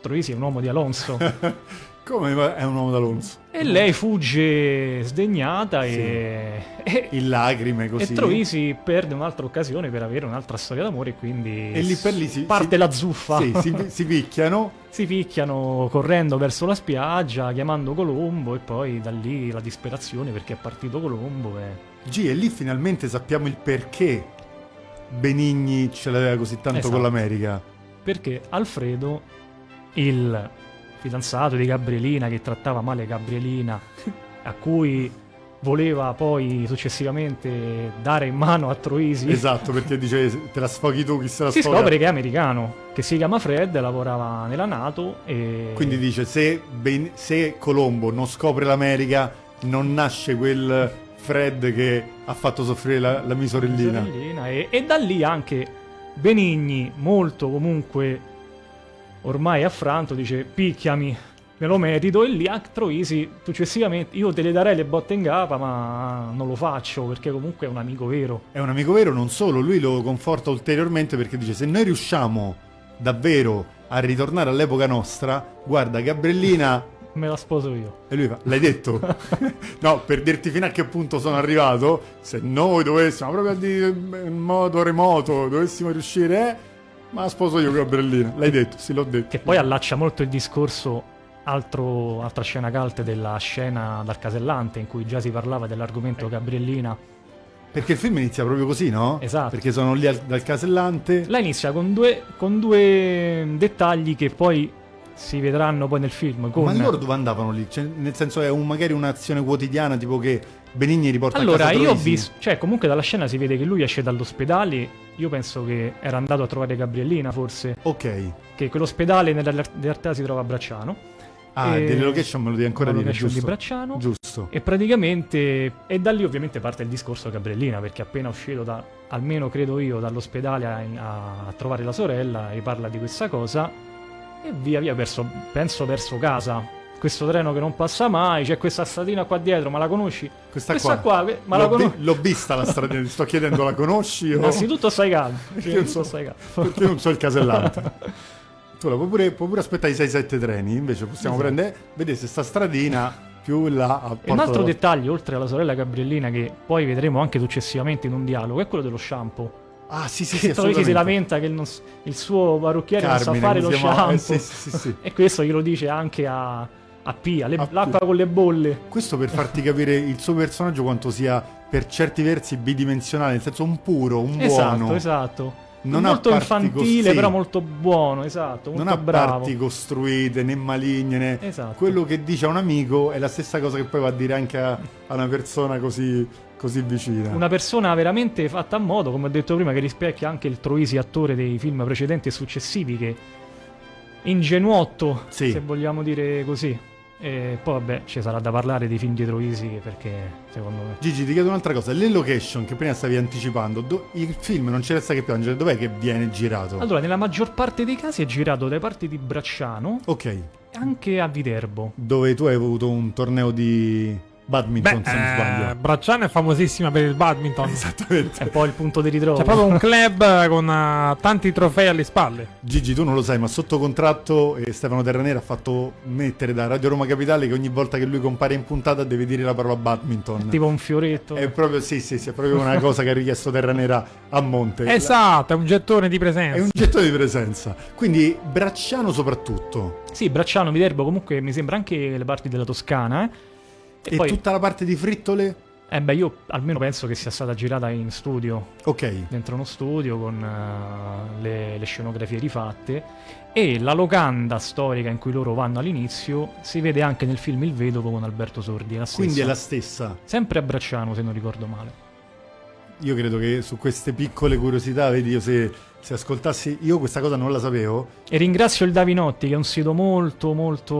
Troisi è un uomo [laughs] di Alonso. [laughs] Come va- è un uomo d'Alonso? e lei fugge sdegnata e... e- In lacrime così. E Troisi perde un'altra occasione per avere un'altra storia d'amore e quindi E lì per lì si, parte si- la zuffa. Sì, [laughs] si, si picchiano. si picchiano correndo verso la spiaggia, chiamando Colombo e poi da lì la disperazione perché è partito Colombo e... G, e lì finalmente sappiamo il perché Benigni ce l'aveva così tanto Esatto. con l'America. perché Alfredo, il fidanzato di Gabrielina che trattava male Gabrielina, a cui voleva poi successivamente dare in mano a Troisi, Esatto, perché dice te la sfoghi tu, chi se la si sfoga?" scopre che è americano, che si chiama Fred, lavorava nella Nato e... Quindi dice se, Ben- se Colombo non scopre l'America, non nasce quel Fred che ha fatto soffrire la, la mia sorellina. Sorellina, e, e da lì anche Benigni, molto comunque ormai affranto, dice picchiami, me lo merito, e lì a Troisi successivamente io te le darei le botte in gapa, ma non lo faccio perché comunque è un amico vero. È un amico vero, non solo, lui lo conforta ulteriormente perché dice se noi riusciamo davvero a ritornare all'epoca nostra, guarda Gabriellina Me la sposo io. e lui fa, l'hai [laughs] detto? no, per dirti fino a che punto sono arrivato, se noi dovessimo proprio a dire in modo remoto, dovessimo riuscire, eh, ma sposo io Gabriellina, l'hai detto, sì l'ho detto. Che poi allaccia molto il discorso. altro- altra scena cult della scena dal casellante in cui già si parlava dell'argomento Gabriellina. Perché il film inizia proprio così, no? Esatto. Perché sono lì al- dal casellante. La inizia con due, con due dettagli che poi si vedranno poi nel film. Con... Ma loro dove andavano lì? Cioè, nel senso è un- magari un'azione quotidiana tipo che Benigni riporta a Allora, casa io ho Troisi? visto, cioè comunque dalla scena si vede che lui esce dall'ospedale, io penso che era andato a trovare Gabriellina forse, Ok. che quell'ospedale nella in realtà si trova a Bracciano. Ah, E- delle location me lo devi ancora una dire, location giusto? di Bracciano. Giusto. E praticamente, e da lì ovviamente parte il discorso Gabriellina, perché appena uscito da, almeno credo io, dall'ospedale a, a trovare la sorella e parla di questa cosa, e via via verso, penso verso casa. Questo treno che non passa mai, c'è questa statina qua dietro, ma la conosci? Questa, questa qua, qua, que- ma la l'ho, vi- conosci? l'ho vista la strada, ti [laughs] sto chiedendo la conosci o... Innanzitutto stai calmo. Perché Innanzitutto non so- stai calmo. Perché io non so il [laughs] casellante. Tu la puoi pure, puoi pure aspettare i 6-7 treni, invece possiamo prendere, vedere se sta stradina più là a E un Porto altro d'Oro. dettaglio, oltre alla sorella Gabriellina, che poi vedremo anche successivamente in un dialogo, è quello dello shampoo. Ah, sì, sì, sì, Che Troisi si assolutamente. lamenta che non s- il suo parrucchiere non Carmine, sa fare lo come si chiamava? shampoo. Eh, sì, sì, sì, sì. E questo glielo dice anche a, a Pia, le- A Pia. l'acqua con le bolle. Questo per farti capire il suo personaggio quanto sia per certi versi bidimensionale, nel senso un puro, un Esatto, buono. esatto. Non ha molto parti infantile, così. però molto buono, esatto. Molto non ha bravo. parti costruite né maligne né Esatto. quello che dice a un amico è la stessa cosa che poi va a dire anche a, a una persona così, così vicina Una persona veramente fatta a modo, come ho detto prima, che rispecchia anche il Troisi attore dei film precedenti e successivi, che ingenuotto, Sì. se vogliamo dire così. E poi vabbè, ci sarà da parlare dei film di Troisi perché secondo me... Gigi ti chiedo un'altra cosa le location che prima stavi anticipando do- il film non ci resta che piangere dov'è che viene girato? Allora, nella maggior parte dei casi è girato dai parti di Bracciano ok e anche a Viterbo. dove tu hai avuto un torneo di Badminton, se non Esatto. Beh, eh, sbaglio. Bracciano è famosissima per il badminton. È [laughs] Esattamente. poi il punto di ritrovo. C'è proprio un club eh, con eh, tanti trofei alle spalle. Gigi, tu non lo sai, ma sotto contratto eh, Stefano Terranera ha fatto mettere da Radio Roma Capitale che ogni volta che lui compare in puntata deve dire la parola badminton. [laughs] Tipo un fioretto. È proprio, sì, sì, sì, è proprio [laughs] una cosa che ha richiesto Terranera a monte. Esatto, è un gettone di presenza. È un getto di presenza. Quindi Bracciano soprattutto. Sì, Bracciano, Viterbo, comunque mi sembra anche le parti della Toscana. eh. E, E poi, tutta la parte di frittole? eh beh, io almeno penso che sia stata girata in studio, Ok. dentro uno studio con eh, le, le scenografie rifatte. E la locanda storica in cui loro vanno all'inizio si vede anche nel film Il Vedovo con Alberto Sordi. È la Quindi è stessa. la stessa. Sempre a Bracciano, se non ricordo male. Io credo che su queste piccole curiosità, vedi, io se, se ascoltassi, io questa cosa non la sapevo. E ringrazio il Davinotti, che è un sito molto,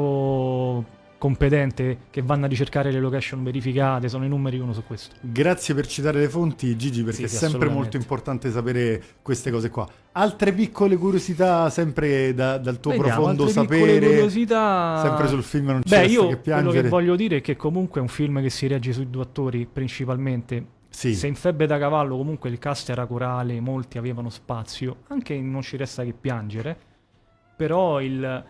molto competente, che vanno a ricercare le location verificate, sono i numeri uno su questo. Grazie per citare le fonti, Gigi, perché è Sì, sì, sempre assolutamente. molto importante sapere queste cose qua. Altre piccole curiosità, sempre da- dal tuo Vediamo, profondo altre piccole sapere. curiosità. Sempre sul film non c'è Beh, io Certo che quello piangere. che voglio dire è che comunque è un film che si regge sui due attori principalmente. Sì. Se in Febbre da cavallo comunque il cast era corale, molti avevano spazio, anche in Non ci resta che piangere, però il,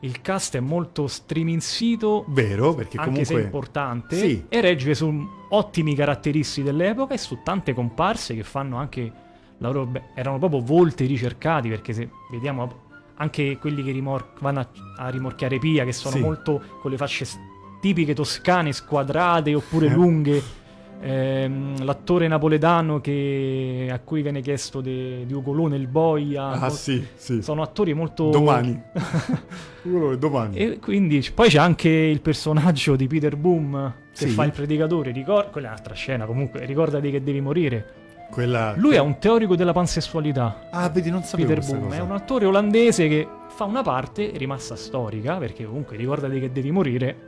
il cast è molto streaminsito, Vero, perché anche comunque... se importante, Sì. e regge su ottimi caratteristi dell'epoca e su tante comparse che fanno anche la loro... beh, erano proprio volti ricercati, perché se vediamo anche quelli che rimor- vanno a, a rimorchiare Pia, che sono Sì. molto con le facce s- tipiche toscane, squadrate oppure Eh. lunghe. Ehm, l'attore napoletano che- a cui viene chiesto de- di Ugolone il boia Ah, Mo- sì, sì. sono attori molto [laughs] Domani. Quello è domani. E quindi c- poi c'è anche il personaggio di Peter Boom che Sì. fa il predicatore, ricor- quella è un'altra scena comunque, ricordati che devi morire. Quella... Lui è un teorico della pansessualità, Ah, vedi, non sapevo Peter questa Boom, è cosa. un attore olandese che fa una parte rimasta storica, perché comunque ricordati che devi morire.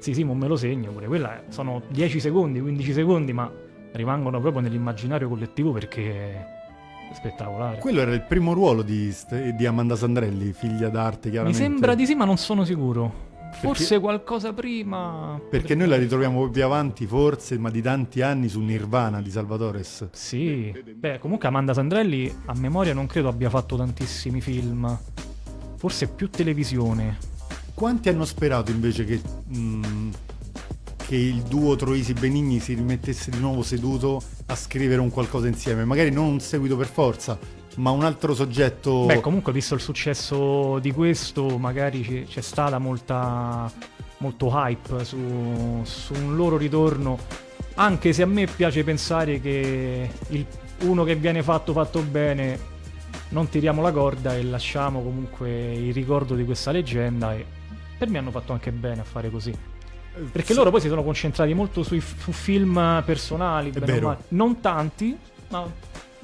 Sì, sì, ma me lo segno pure, quella è- sono 10 secondi, 15 secondi, ma rimangono proprio nell'immaginario collettivo perché è spettacolare. Quello era il primo ruolo di, Ste- di Amanda Sandrelli, figlia d'arte, Mi chiaramente. sembra di sì, ma non sono sicuro. Forse qualcosa prima. Perché noi la ritroviamo più avanti, forse, ma di tanti anni su Nirvana di Salvatores. Sì, beh, comunque Amanda Sandrelli a memoria non credo abbia fatto tantissimi film. Forse più televisione. Quanti hanno sperato invece che, mm, che il duo Troisi Benigni si rimettesse di nuovo seduto a scrivere un qualcosa insieme? Magari non un seguito per forza, ma un altro soggetto. Beh, comunque, visto il successo di questo, magari c'è, c'è stata molta, molto hype su, su un loro ritorno. Anche se a me piace pensare che il- uno che viene fatto fatto bene, non tiriamo la corda e lasciamo comunque il ricordo di questa leggenda. E per me hanno fatto anche bene a fare così. Perché Sì. loro poi si sono concentrati molto sui, su film personali, bene o vero. male. non tanti, ma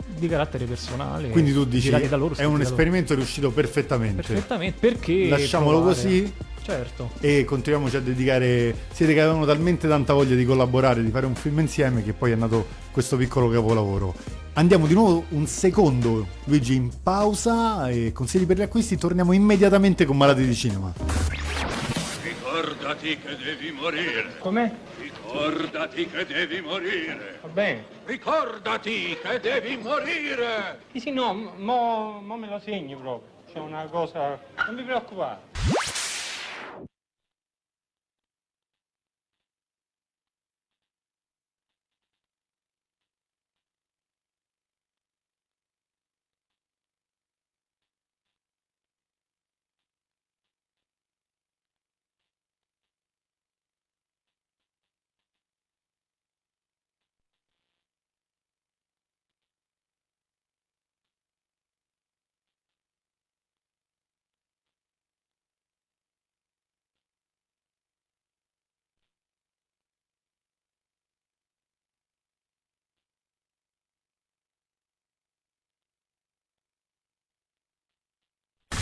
di carattere personale. Quindi tu dici girati da loro, è scritti un da loro. esperimento riuscito perfettamente. Perfettamente, perché... Lasciamolo provare? così Certo. e continuiamoci a dedicare. Siete che avevano talmente tanta voglia di collaborare, di fare un film insieme, che poi è nato questo piccolo capolavoro. Andiamo di nuovo un secondo, Luigi, in pausa e consigli per gli acquisti. Torniamo immediatamente con Malati di Cinema. Ricordati che devi morire. Com'è? Ricordati che devi morire. Va bene. Ricordati che devi morire. Sì, sì, no, mo, mo me lo segno proprio. C'è una cosa... Non vi preoccupate.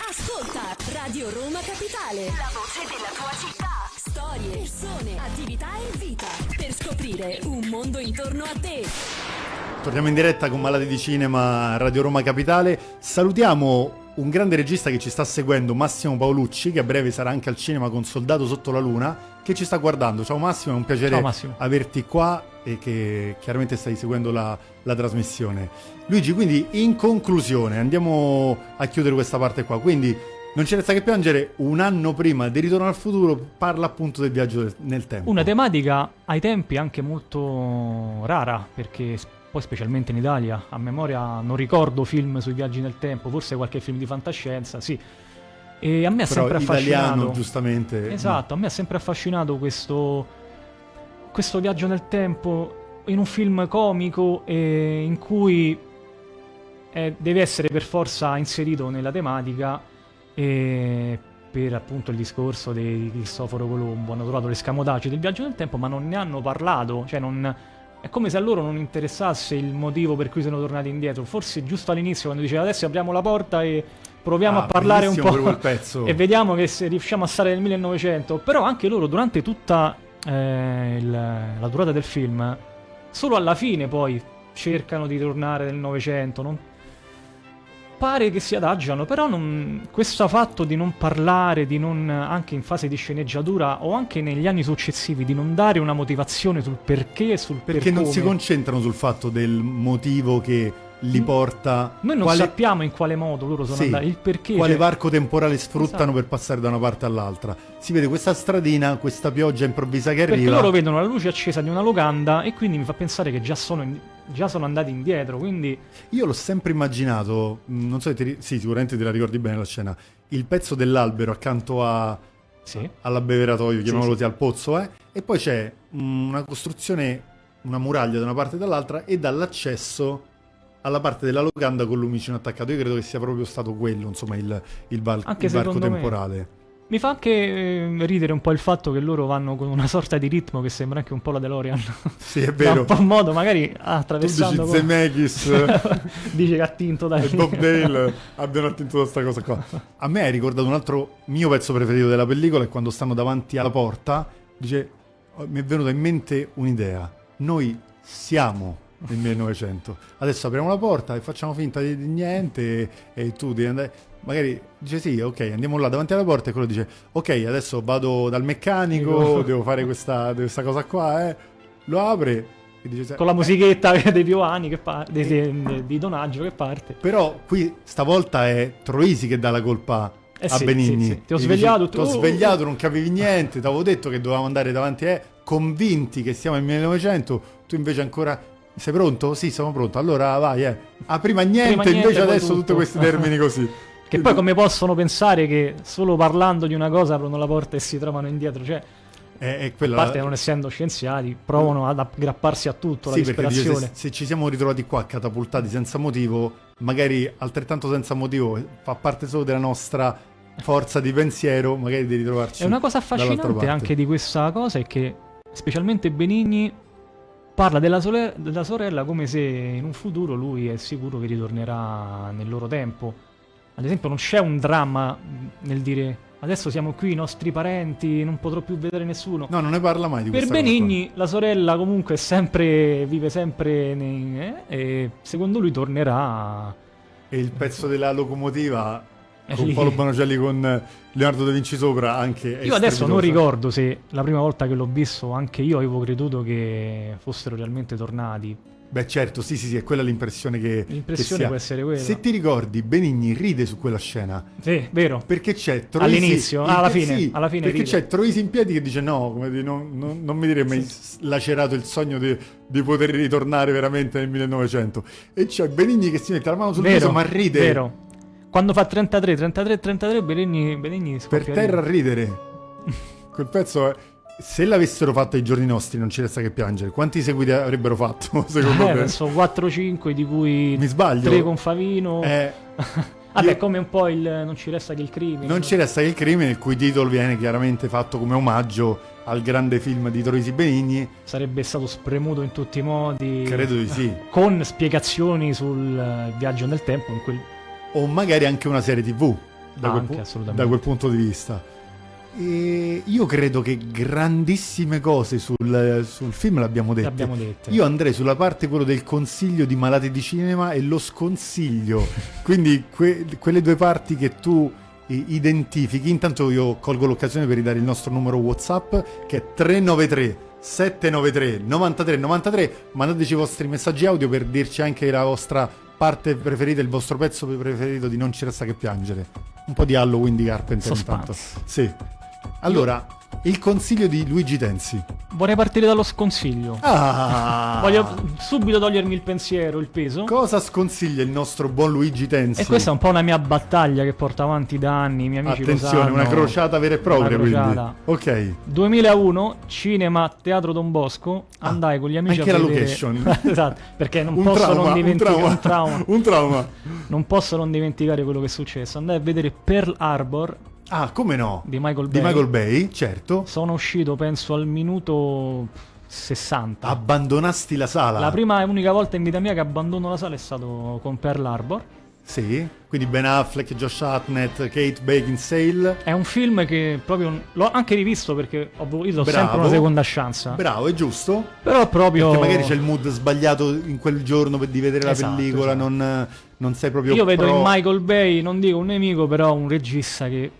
Ascolta Radio Roma Capitale. La voce della tua città. Storie, persone, attività e vita. Per scoprire un mondo intorno a te. Torniamo in diretta con Malati di Cinema, Radio Roma Capitale. Salutiamo un grande regista che ci sta seguendo, Massimo Paolucci, che a breve sarà anche al cinema con Soldato sotto la luna, che ci sta guardando. Ciao Massimo, è un piacere Ciao Massimo. averti qua e che chiaramente stai seguendo la, la trasmissione. Luigi, quindi in conclusione, andiamo a chiudere questa parte qua. Quindi non ci resta che piangere, un anno prima di Ritorno al futuro parla appunto del viaggio del- nel tempo. Una tematica ai tempi anche molto rara, perché s- poi specialmente in Italia, a memoria non ricordo film sui viaggi nel tempo, forse qualche film di fantascienza, sì. E a me ha Però sempre italiano, affascinato. giustamente. Esatto, a me ha sempre affascinato questo, questo viaggio nel tempo in un film comico eh, in cui eh, deve essere per forza inserito nella tematica eh, per appunto il discorso di Cristoforo Colombo. Hanno trovato l'escamotage del viaggio nel tempo ma non ne hanno parlato, cioè non... È come se a loro non interessasse il motivo per cui sono tornati indietro. Forse giusto all'inizio, quando diceva adesso apriamo la porta e proviamo Ah, a parlare un bellissimo po' pure quel pezzo. [laughs] e vediamo che se riusciamo a stare nel 1900. Però anche loro, durante tutta eh, il- la durata del film, solo alla fine poi cercano di tornare nel 900. Non... Pare che si adagiano, però non- questo fatto di non parlare, di non, anche in fase di sceneggiatura o anche negli anni successivi, di non dare una motivazione sul perché e sul Perché per non come. si concentrano sul fatto del motivo che li porta. Mm. Noi non quale- sappiamo in quale modo loro sono Sì, andati, il perché. quale cioè- varco temporale sfruttano Esatto. per passare da una parte all'altra. Si vede questa stradina, questa pioggia improvvisa che Perché arriva. loro vedono la luce accesa di una locanda e quindi mi fa pensare che già sono, in- già sono andati indietro. Quindi Io l'ho sempre immaginato, mh, non so se ti... ri- Sì, sicuramente te la ricordi bene la scena. Il pezzo dell'albero accanto a... sì, all'abbeveratoio, chiamiamolo sì. così, al pozzo, eh? E poi c'è mh, una costruzione, una muraglia da una parte e dall'altra e dall'accesso alla parte della locanda con l'umicino attaccato. Io credo che sia proprio stato quello, insomma, il, il, val- Anche il varco secondo me. temporale. mi fa anche eh, ridere un po' il fatto che loro vanno con una sorta di ritmo che sembra anche un po' la DeLorean. Sì, è [laughs] Da vero. un po' in modo, magari Tu dici attraversando. con- Zemeckis [laughs] dice che ha tinto da e [laughs] Bob Dale abbiano attinto da questa cosa qua. A me hai ricordato un altro mio pezzo preferito della pellicola è quando stanno davanti alla porta, dice "Oh, mi è venuta in mente un'idea. Noi siamo nel 1900. Adesso apriamo la porta e facciamo finta di di niente e, e tu devi andare magari dice sì, ok, andiamo là davanti alla porta e quello dice "Ok, adesso vado dal meccanico, devo fare questa, questa cosa qua, eh". Lo apre e dice Con la musichetta [laughs] dei Piovani che par- dei- dei- di Donaggio che parte. Però qui stavolta è Troisi che dà la colpa Eh a sì, Benigni. sì, sì. Ti ho Gli svegliato, dici, tu- ti ho svegliato, non capivi niente, ti avevo detto che dovevamo andare davanti a te, convinti che siamo nel 1900, tu invece ancora... Sei pronto? Sì, sono pronto. Allora vai, eh. Ah, prima niente, Prima niente, invece poi adesso tutti tutto. questi termini [laughs] così. Che poi come possono pensare che solo parlando di una cosa aprono la porta e si trovano indietro? Cioè, Eh, È, è a quella... parte non essendo scienziati, provano ad aggrapparsi a tutto, la Sì, perché dice, disperazione. se, se ci siamo ritrovati qua catapultati senza motivo, magari altrettanto senza motivo, fa parte solo della nostra forza di pensiero, magari di ritrovarci. È una cosa dall'altra affascinante parte. anche di questa cosa è che specialmente Benigni parla della, sole- della sorella come se in un futuro lui è sicuro che ritornerà nel loro tempo. Ad esempio non c'è un dramma nel dire adesso siamo qui, i nostri parenti, non potrò più vedere nessuno. No, non ne parla mai di per questa cosa. Benigni la sorella comunque è sempre, vive sempre nei- eh, e secondo lui tornerà... E il pezzo della locomotiva È con lì. Paolo Bonocelli con eh, Leonardo da Vinci sopra anche. è Io adesso non strepitosa. ricordo se la prima volta che l'ho visto anche io avevo creduto che fossero realmente tornati. Beh, certo, sì, sì, sì, è quella l'impressione che. L'impressione che si ha. può essere quella. Se ti ricordi, Benigni ride su quella scena. Sì, vero. Perché c'è Troisi All'inizio, Ah, in- alla fine, sì, alla fine Perché ride. c'è Troisi in piedi che dice: No, come di- non, non- non mi dire mi hai s- lacerato il sogno di, di poter ritornare veramente nel 1900. E c'è Benigni che si mette la mano sul vero, viso, ma ride. Vero. Quando fa 33, 33, 33, Benigni, Benigni per scoppia a terra a ridere. ridere. [laughs] Quel pezzo è... Se l'avessero fatto ai giorni nostri non ci resta che piangere. Quanti seguiti avrebbero fatto, [laughs] secondo Eh, me? penso 4-5 di cui Mi sbaglio? 3 con Favino. Eh, Vabbè, io- come un po' il non ci resta che il crimine. non ci resta che il crimine, il cui titolo viene chiaramente fatto come omaggio al grande film di Troisi Benigni. Sarebbe stato spremuto in tutti i modi. Credo di sì. Con spiegazioni sul eh, viaggio nel tempo in quel O magari anche una serie tv, da, Ah, quel, anche, pu- assolutamente. da quel punto di vista. E io credo che grandissime cose sul, sul film l'abbiamo dette. abbiamo dette. Io andrei sulla parte quello del consiglio di malati di cinema e lo sconsiglio. Quindi que- quelle due parti che tu eh, identifichi. Intanto io colgo l'occasione per ridare il nostro numero WhatsApp che è 393 793 93 93. Mandateci i vostri messaggi audio per dirci anche la vostra parte preferita, il vostro pezzo preferito di Non ci resta che piangere. Un po' di Halloween di Carpenter Suspense. intanto. Sì. Allora, il consiglio di Luigi Tensi. Vorrei partire dallo sconsiglio. Ah! Voglio subito togliermi il pensiero, il peso. Cosa sconsiglia il nostro buon Luigi Tensi? E questa è un po' una mia battaglia che porto avanti da anni, i miei amici lo Attenzione, una sanno. crociata vera e propria, Una crociata. quindi. Ok. 2001, cinema, teatro Don Bosco, andai con gli amici Ah, anche a la vedere... location. [laughs] esatto, perché non posso non dimenticare... un un trauma. [laughs] un trauma. non posso non dimenticare quello che è successo. Andai a vedere Pearl Harbor Ah, come no? di Michael Di Bay. Michael Bay, certo. Sono uscito, penso, al minuto 60. Abbandonasti la sala. La prima e unica volta in vita mia che abbandono la sala è stato con Pearl Harbor. Sì, quindi Ben Affleck, Josh Hartnett, Kate Beckinsale. È un film che proprio l'ho anche rivisto perché ho voluto- io do Bravo. sempre una seconda chance. Bravo, è giusto? Però proprio Perché magari c'è il mood sbagliato in quel giorno per di vedere la Esatto, pellicola, esatto. Non, non sei proprio Io vedo pro- in Michael Bay, non dico un nemico, però un regista che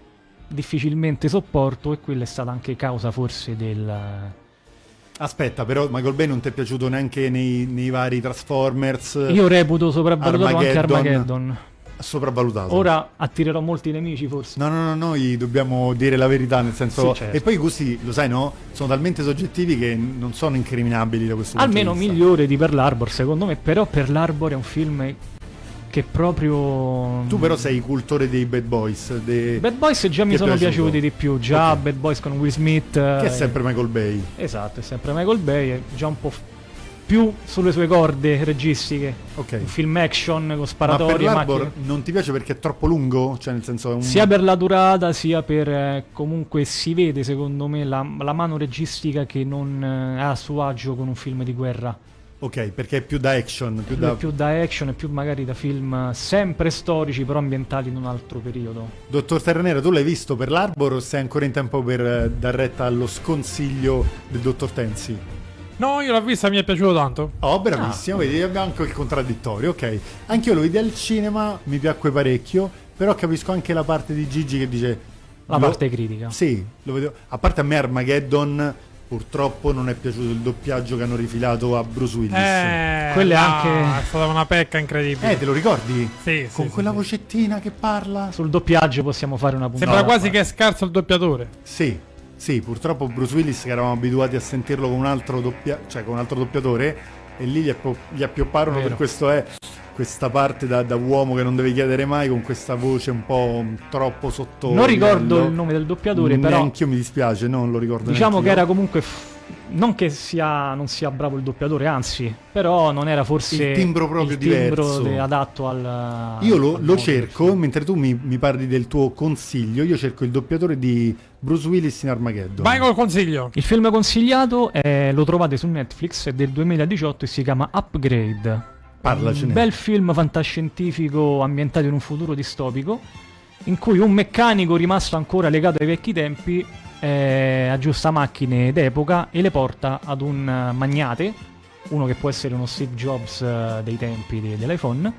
difficilmente sopporto e quella è stata anche causa forse del Eh, Aspetta, però Michael Bay non ti è piaciuto neanche nei, nei vari Transformers. Io reputo sopravvalutato anche Armageddon. Armageddon. Sopravvalutato. Ora attirerò molti nemici forse. No, no, no, noi dobbiamo dire la verità, nel senso... Sì, certo. E poi i gusti, lo sai, no? Sono talmente soggettivi che non sono incriminabili da questo Almeno punto di vista. migliore di Pearl Harbor secondo me, però Pearl Harbor è un film che proprio Tu però sei cultore dei Bad Boys, de- Bad Boys già Ti mi è sono piaciuto? piaciuti di più, già Ok. Bad Boys con Will Smith eh, che è sempre Michael Bay. Esatto, è sempre Michael Bay, è già un po' f- più sulle sue corde registiche. Ok. Un film action con Ma per sparatorie, l'Arbor macchine. non ti piace perché è troppo lungo? Cioè, nel senso è un... Sia per la durata, sia per eh, comunque si vede secondo me la, la mano registica che non eh, è a suo agio con un film di guerra. Ok, perché è più da action, più Lui da... è più da action e più magari da film eh, sempre storici però ambientati in un altro periodo. Dottor Terranera, tu l'hai visto per l'Arbor o sei ancora in tempo per eh, dar retta allo sconsiglio del Dottor Tensi? No, io l'ho vista, mi è piaciuto tanto. Oh, bravissimo, vedi, abbiamo anche il contraddittorio, ok. Anch'io lo vidi al cinema, mi piacque parecchio, però capisco anche la parte di Gigi che dice... La lo- parte critica. Sì, lo vedo. A parte a me Armageddon, purtroppo non è piaciuto il doppiaggio che hanno rifilato a Bruce Willis. Eh, Eh, Quella è no, anche- È stata una pecca incredibile. te lo ricordi? Sì, sì, Con sì, quella sì. vocettina che parla? Sul doppiaggio possiamo fare una puntata. Sembra quasi che è scarso il doppiatore. Sì, sì, purtroppo Bruce Willis che eravamo abituati a sentirlo con un altro, doppia- cioè, con un altro doppiatore e lì gli, appo- gli appiopparono Vero. per questo è questa parte da, da uomo che non deve chiedere mai con questa voce un po' mh, troppo sotto. Non ricordo livello. il nome del doppiatore, però- Neanch'io mi dispiace, non lo ricordo. Diciamo che neanch'io. era comunque. f- non che sia, non sia bravo il doppiatore, anzi, però non era forse Il timbro proprio il timbro diverso. de- adatto al. Io lo, al lo mondo, cerco, sì. mentre tu mi, mi parli del tuo consiglio, io cerco il doppiatore di Bruce Willis in Armageddon. Vai col consiglio. Il film consigliato è- lo trovate su Netflix, è del 2018 e si chiama Upgrade. Parlacene. Un bel film fantascientifico ambientato in un futuro distopico, in cui un meccanico rimasto ancora legato ai vecchi tempi eh, aggiusta macchine d'epoca e le porta ad un eh, magnate, uno che può essere uno Steve Jobs eh, dei tempi de- dell'iPhone,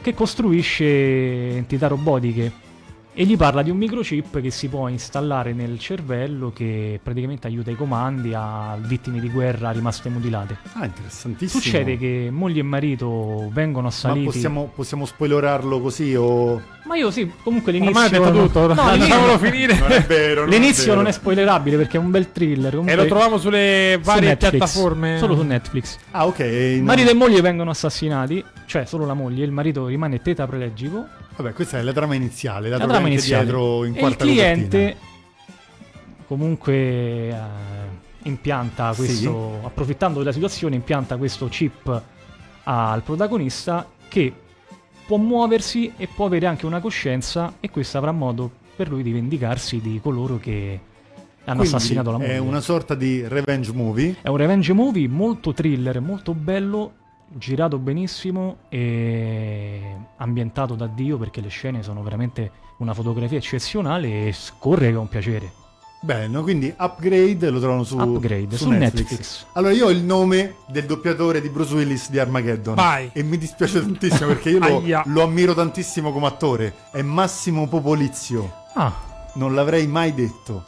che costruisce entità robotiche e gli parla di un microchip che si può installare nel cervello che praticamente aiuta i comandi a vittime di guerra rimaste mutilate. Ah, interessantissimo. Succede che moglie e marito vengono assaliti. Ma possiamo, possiamo spoilerarlo così o... Ma io sì, comunque Ormai ho l'inizio. detto tutto. No, Lasciamolo [laughs] l'inizio... finire. è vero. l'inizio non è spoilerabile perché è un bel thriller. E comunque lo troviamo sulle su varie Netflix. piattaforme. Solo su Netflix. Ah, ok. no. Marito e moglie vengono assassinati, cioè solo la moglie, il marito rimane tetraplegico. Vabbè, questa è la trama iniziale. La, La trovi trama anche iniziale. dietro in e il quarta cliente copertina. comunque eh, impianta Sì. questo, approfittando della situazione, impianta questo chip al protagonista che può muoversi e può avere anche una coscienza e questo avrà modo per lui di vendicarsi di coloro che hanno Quindi assassinato la moglie. È una sorta di revenge movie. È un revenge movie molto thriller, molto bello, girato benissimo e ambientato da Dio perché le scene sono veramente una fotografia eccezionale e scorre con piacere. Bello, quindi Upgrade lo trovano su, Upgrade, su Netflix. Allora io ho il nome del doppiatore di Bruce Willis di Armageddon. Vai. E mi dispiace tantissimo perché io lo, Aia. lo ammiro tantissimo come attore. È Massimo Popolizio. Ah, Non l'avrei mai detto.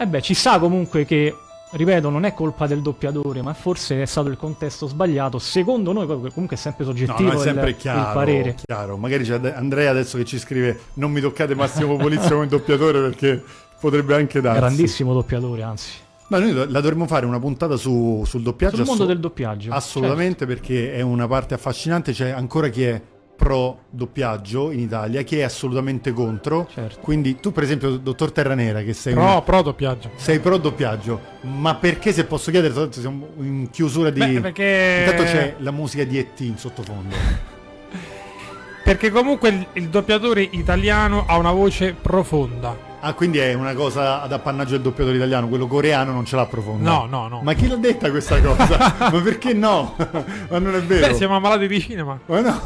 e beh, ci sa comunque che, ripeto, non è colpa del doppiatore, ma forse è stato il contesto sbagliato. Secondo noi, poi, comunque è sempre No, soggettivo no, è sempre il, chiaro, il parere. chiaro. Magari c'è Ad- Andrea adesso che ci scrive non mi toccate Massimo Popolizio come doppiatore perché potrebbe anche darsi. Grandissimo doppiatore, anzi. Ma noi la dovremmo fare una puntata su- sul doppiaggio. Sul mondo assu- del doppiaggio. Certo. Assolutamente perché è una parte affascinante, c'è ancora chi è pro doppiaggio in Italia, chi è assolutamente contro. Certo. Quindi tu per esempio, dottor Terranera, che sei, Pro, pro doppiaggio. sei pro doppiaggio, ma perché se posso chiedere, tanto siamo in chiusura di... Beh, perché- Intanto c'è la musica di E.T. in sottofondo. Perché comunque il, il doppiatore italiano ha una voce profonda. Ah, quindi è una cosa ad appannaggio del doppiatore italiano, quello coreano non ce l'ha profonda. No, no, no. Ma chi l'ha detta questa [laughs] cosa? ma perché no? [laughs] ma non è vero. Beh, siamo ammalati di cinema. Ma no.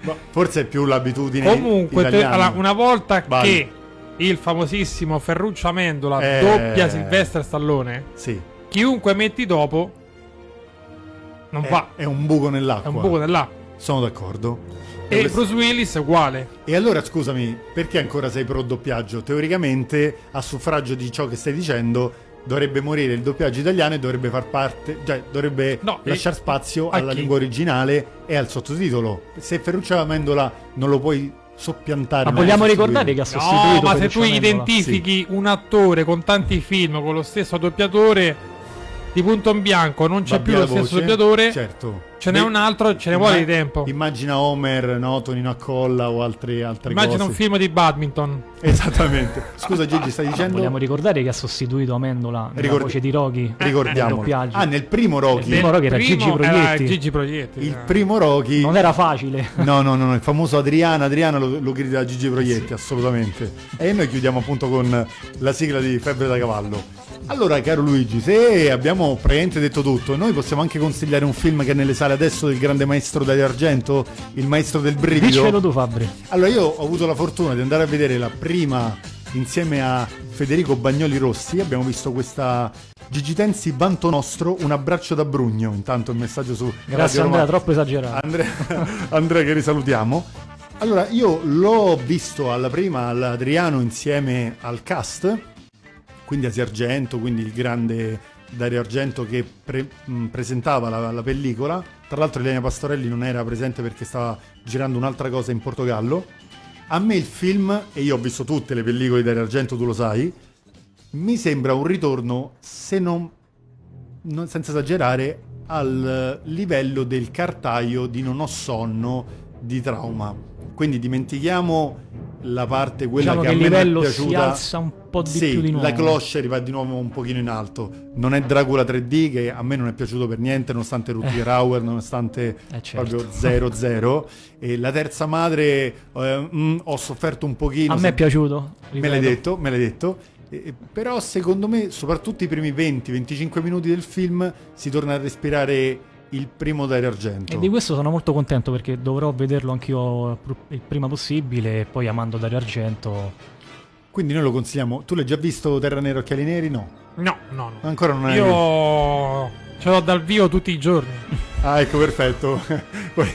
Ma forse è più l'abitudine Comunque, te- italiana. allora, una volta Vai. che il famosissimo Ferruccio Amendola Eh. doppia Silvestre Stallone, Sì. chiunque metti dopo non È, va. è un buco È nell'acqua. un buco dell'A. Sono d'accordo. E Bruce Willis è uguale. E allora scusami, perché ancora sei pro doppiaggio? Teoricamente, a suffragio di ciò che stai dicendo, dovrebbe morire il doppiaggio italiano e dovrebbe far parte, cioè dovrebbe No, e- lasciare spazio a alla chi? lingua originale e al sottotitolo. Se Ferruccio Amendola non lo puoi soppiantare. Ma non lo vogliamo puoi sostituire. ricordare che ha sostituito No, ma se Ferruccio tu Amendola? identifichi un attore con tanti film con lo stesso doppiatore di punto in bianco, non c'è Va più via lo la stesso voce, doppiatore. Certo. Ce n'è Beh, un altro, ce ne vuole di imma- tempo. Immagina Homer, no? Tonino Accolla o altre, altre Immagina cose. un film Ah, di badminton. [laughs] Esattamente. Scusa Gigi, stai dicendo? Vogliamo ricordare che ha sostituito Amendola nella Ricordi- voce di Rocky. Eh, nel Ricordiamolo. doppiaggio. Ah, nel primo Rocky. primo Rocky era Gigi Proietti. Gigi Proietti, Il eh. primo Rocky. Non era facile. No, no, no, no, il famoso Adriana, Adriana lo, lo grida Gigi Proietti, assolutamente. E noi chiudiamo appunto con la sigla di Febbre da Cavallo. Allora, caro Luigi, se abbiamo praticamente detto tutto, noi possiamo anche consigliare un film che è nelle sale adesso del grande maestro Dario Argento, il maestro del brivido. Dicelo tu, Fabri. Allora io ho avuto la fortuna di andare a vedere la prima insieme a Federico Bagnoli Rossi, abbiamo visto questa Gigi Tensi Banto Nostro, un abbraccio da Brugno, intanto il messaggio su Grazie Radio Andrea, Roma- troppo esagerato. Andrea, Andrea [laughs] che risalutiamo. Allora io l'ho visto alla prima all'Adriano insieme al cast, quindi Asi Argento, quindi il grande Dario Argento che pre- mh, presentava la, la pellicola. Tra l'altro Elena Pastorelli non era presente perché stava girando un'altra cosa in Portogallo. A me il film, e io ho visto tutte le pellicole di Dario Argento, tu lo sai, mi sembra un ritorno, se non, non- senza esagerare, al livello del cartaio di non ho sonno di trauma. Quindi dimentichiamo la parte quella Diciamo che che a il me non è livello si piaciuta. alza un po' di Sì, più di nuovo. La cloche va di nuovo un pochino in alto. Non è Dracula 3D che a me non è piaciuto per niente, nonostante Rutger Hauer, nonostante Eh, certo. proprio [laughs] 0-0. e la terza madre eh, mm, ho sofferto un pochino. A me è se- piaciuto. Me l'hai ripeto. detto, me l'hai detto. E- e- però secondo me, soprattutto i primi 20-25 minuti del film, si torna a respirare il primo Dario Argento. E di questo sono molto contento perché dovrò vederlo anch'io pr- il prima possibile e poi amando Dario Argento. Quindi noi lo consigliamo. Tu l'hai già visto Terra Nera Occhiali Neri? No. No, no, no. Ancora non è... Io ce l'ho dal vivo tutti i giorni. Ah, ecco, perfetto. [laughs] poi,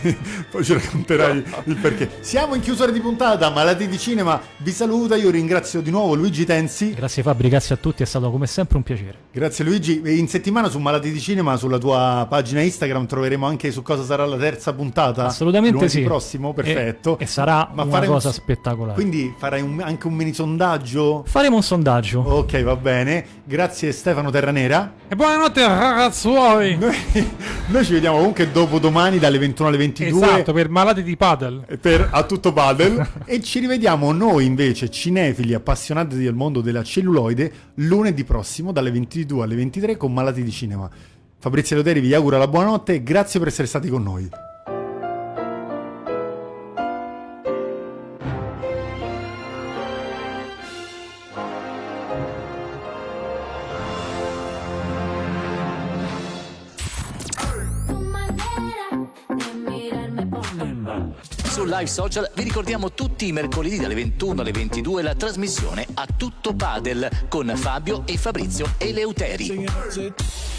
poi ci racconterai il perché. Siamo in chiusura di puntata, Malati di Cinema vi saluta. Io ringrazio di nuovo Luigi Tensi. Grazie Fabri, grazie a tutti, è stato come sempre un piacere. Grazie Luigi. E In settimana su Malati di Cinema, sulla tua pagina Instagram, troveremo anche su cosa sarà la terza puntata. Assolutamente Lunedì sì. prossimo, perfetto. E, e sarà Ma una faremo- cosa spettacolare. Quindi farai un- anche un mini sondaggio. Faremo un sondaggio. Ok, va bene. Grazie Stefano Terranera. E buonanotte ragazzuoli. Noi, [laughs] noi ci vediamo comunque dopo domani dalle 21 alle 22. Esatto, per malati di paddle. per A Tutto Padel [laughs] e ci rivediamo noi invece cinefili appassionati del mondo della celluloide lunedì prossimo dalle 22 alle 23 con Malati di Cinema. Fabrizio Loteri vi augura la buonanotte e grazie per essere stati con noi. su live social vi ricordiamo tutti i mercoledì dalle 21 alle 22 la trasmissione a tutto padel con Fabio e Fabrizio Eleuteri.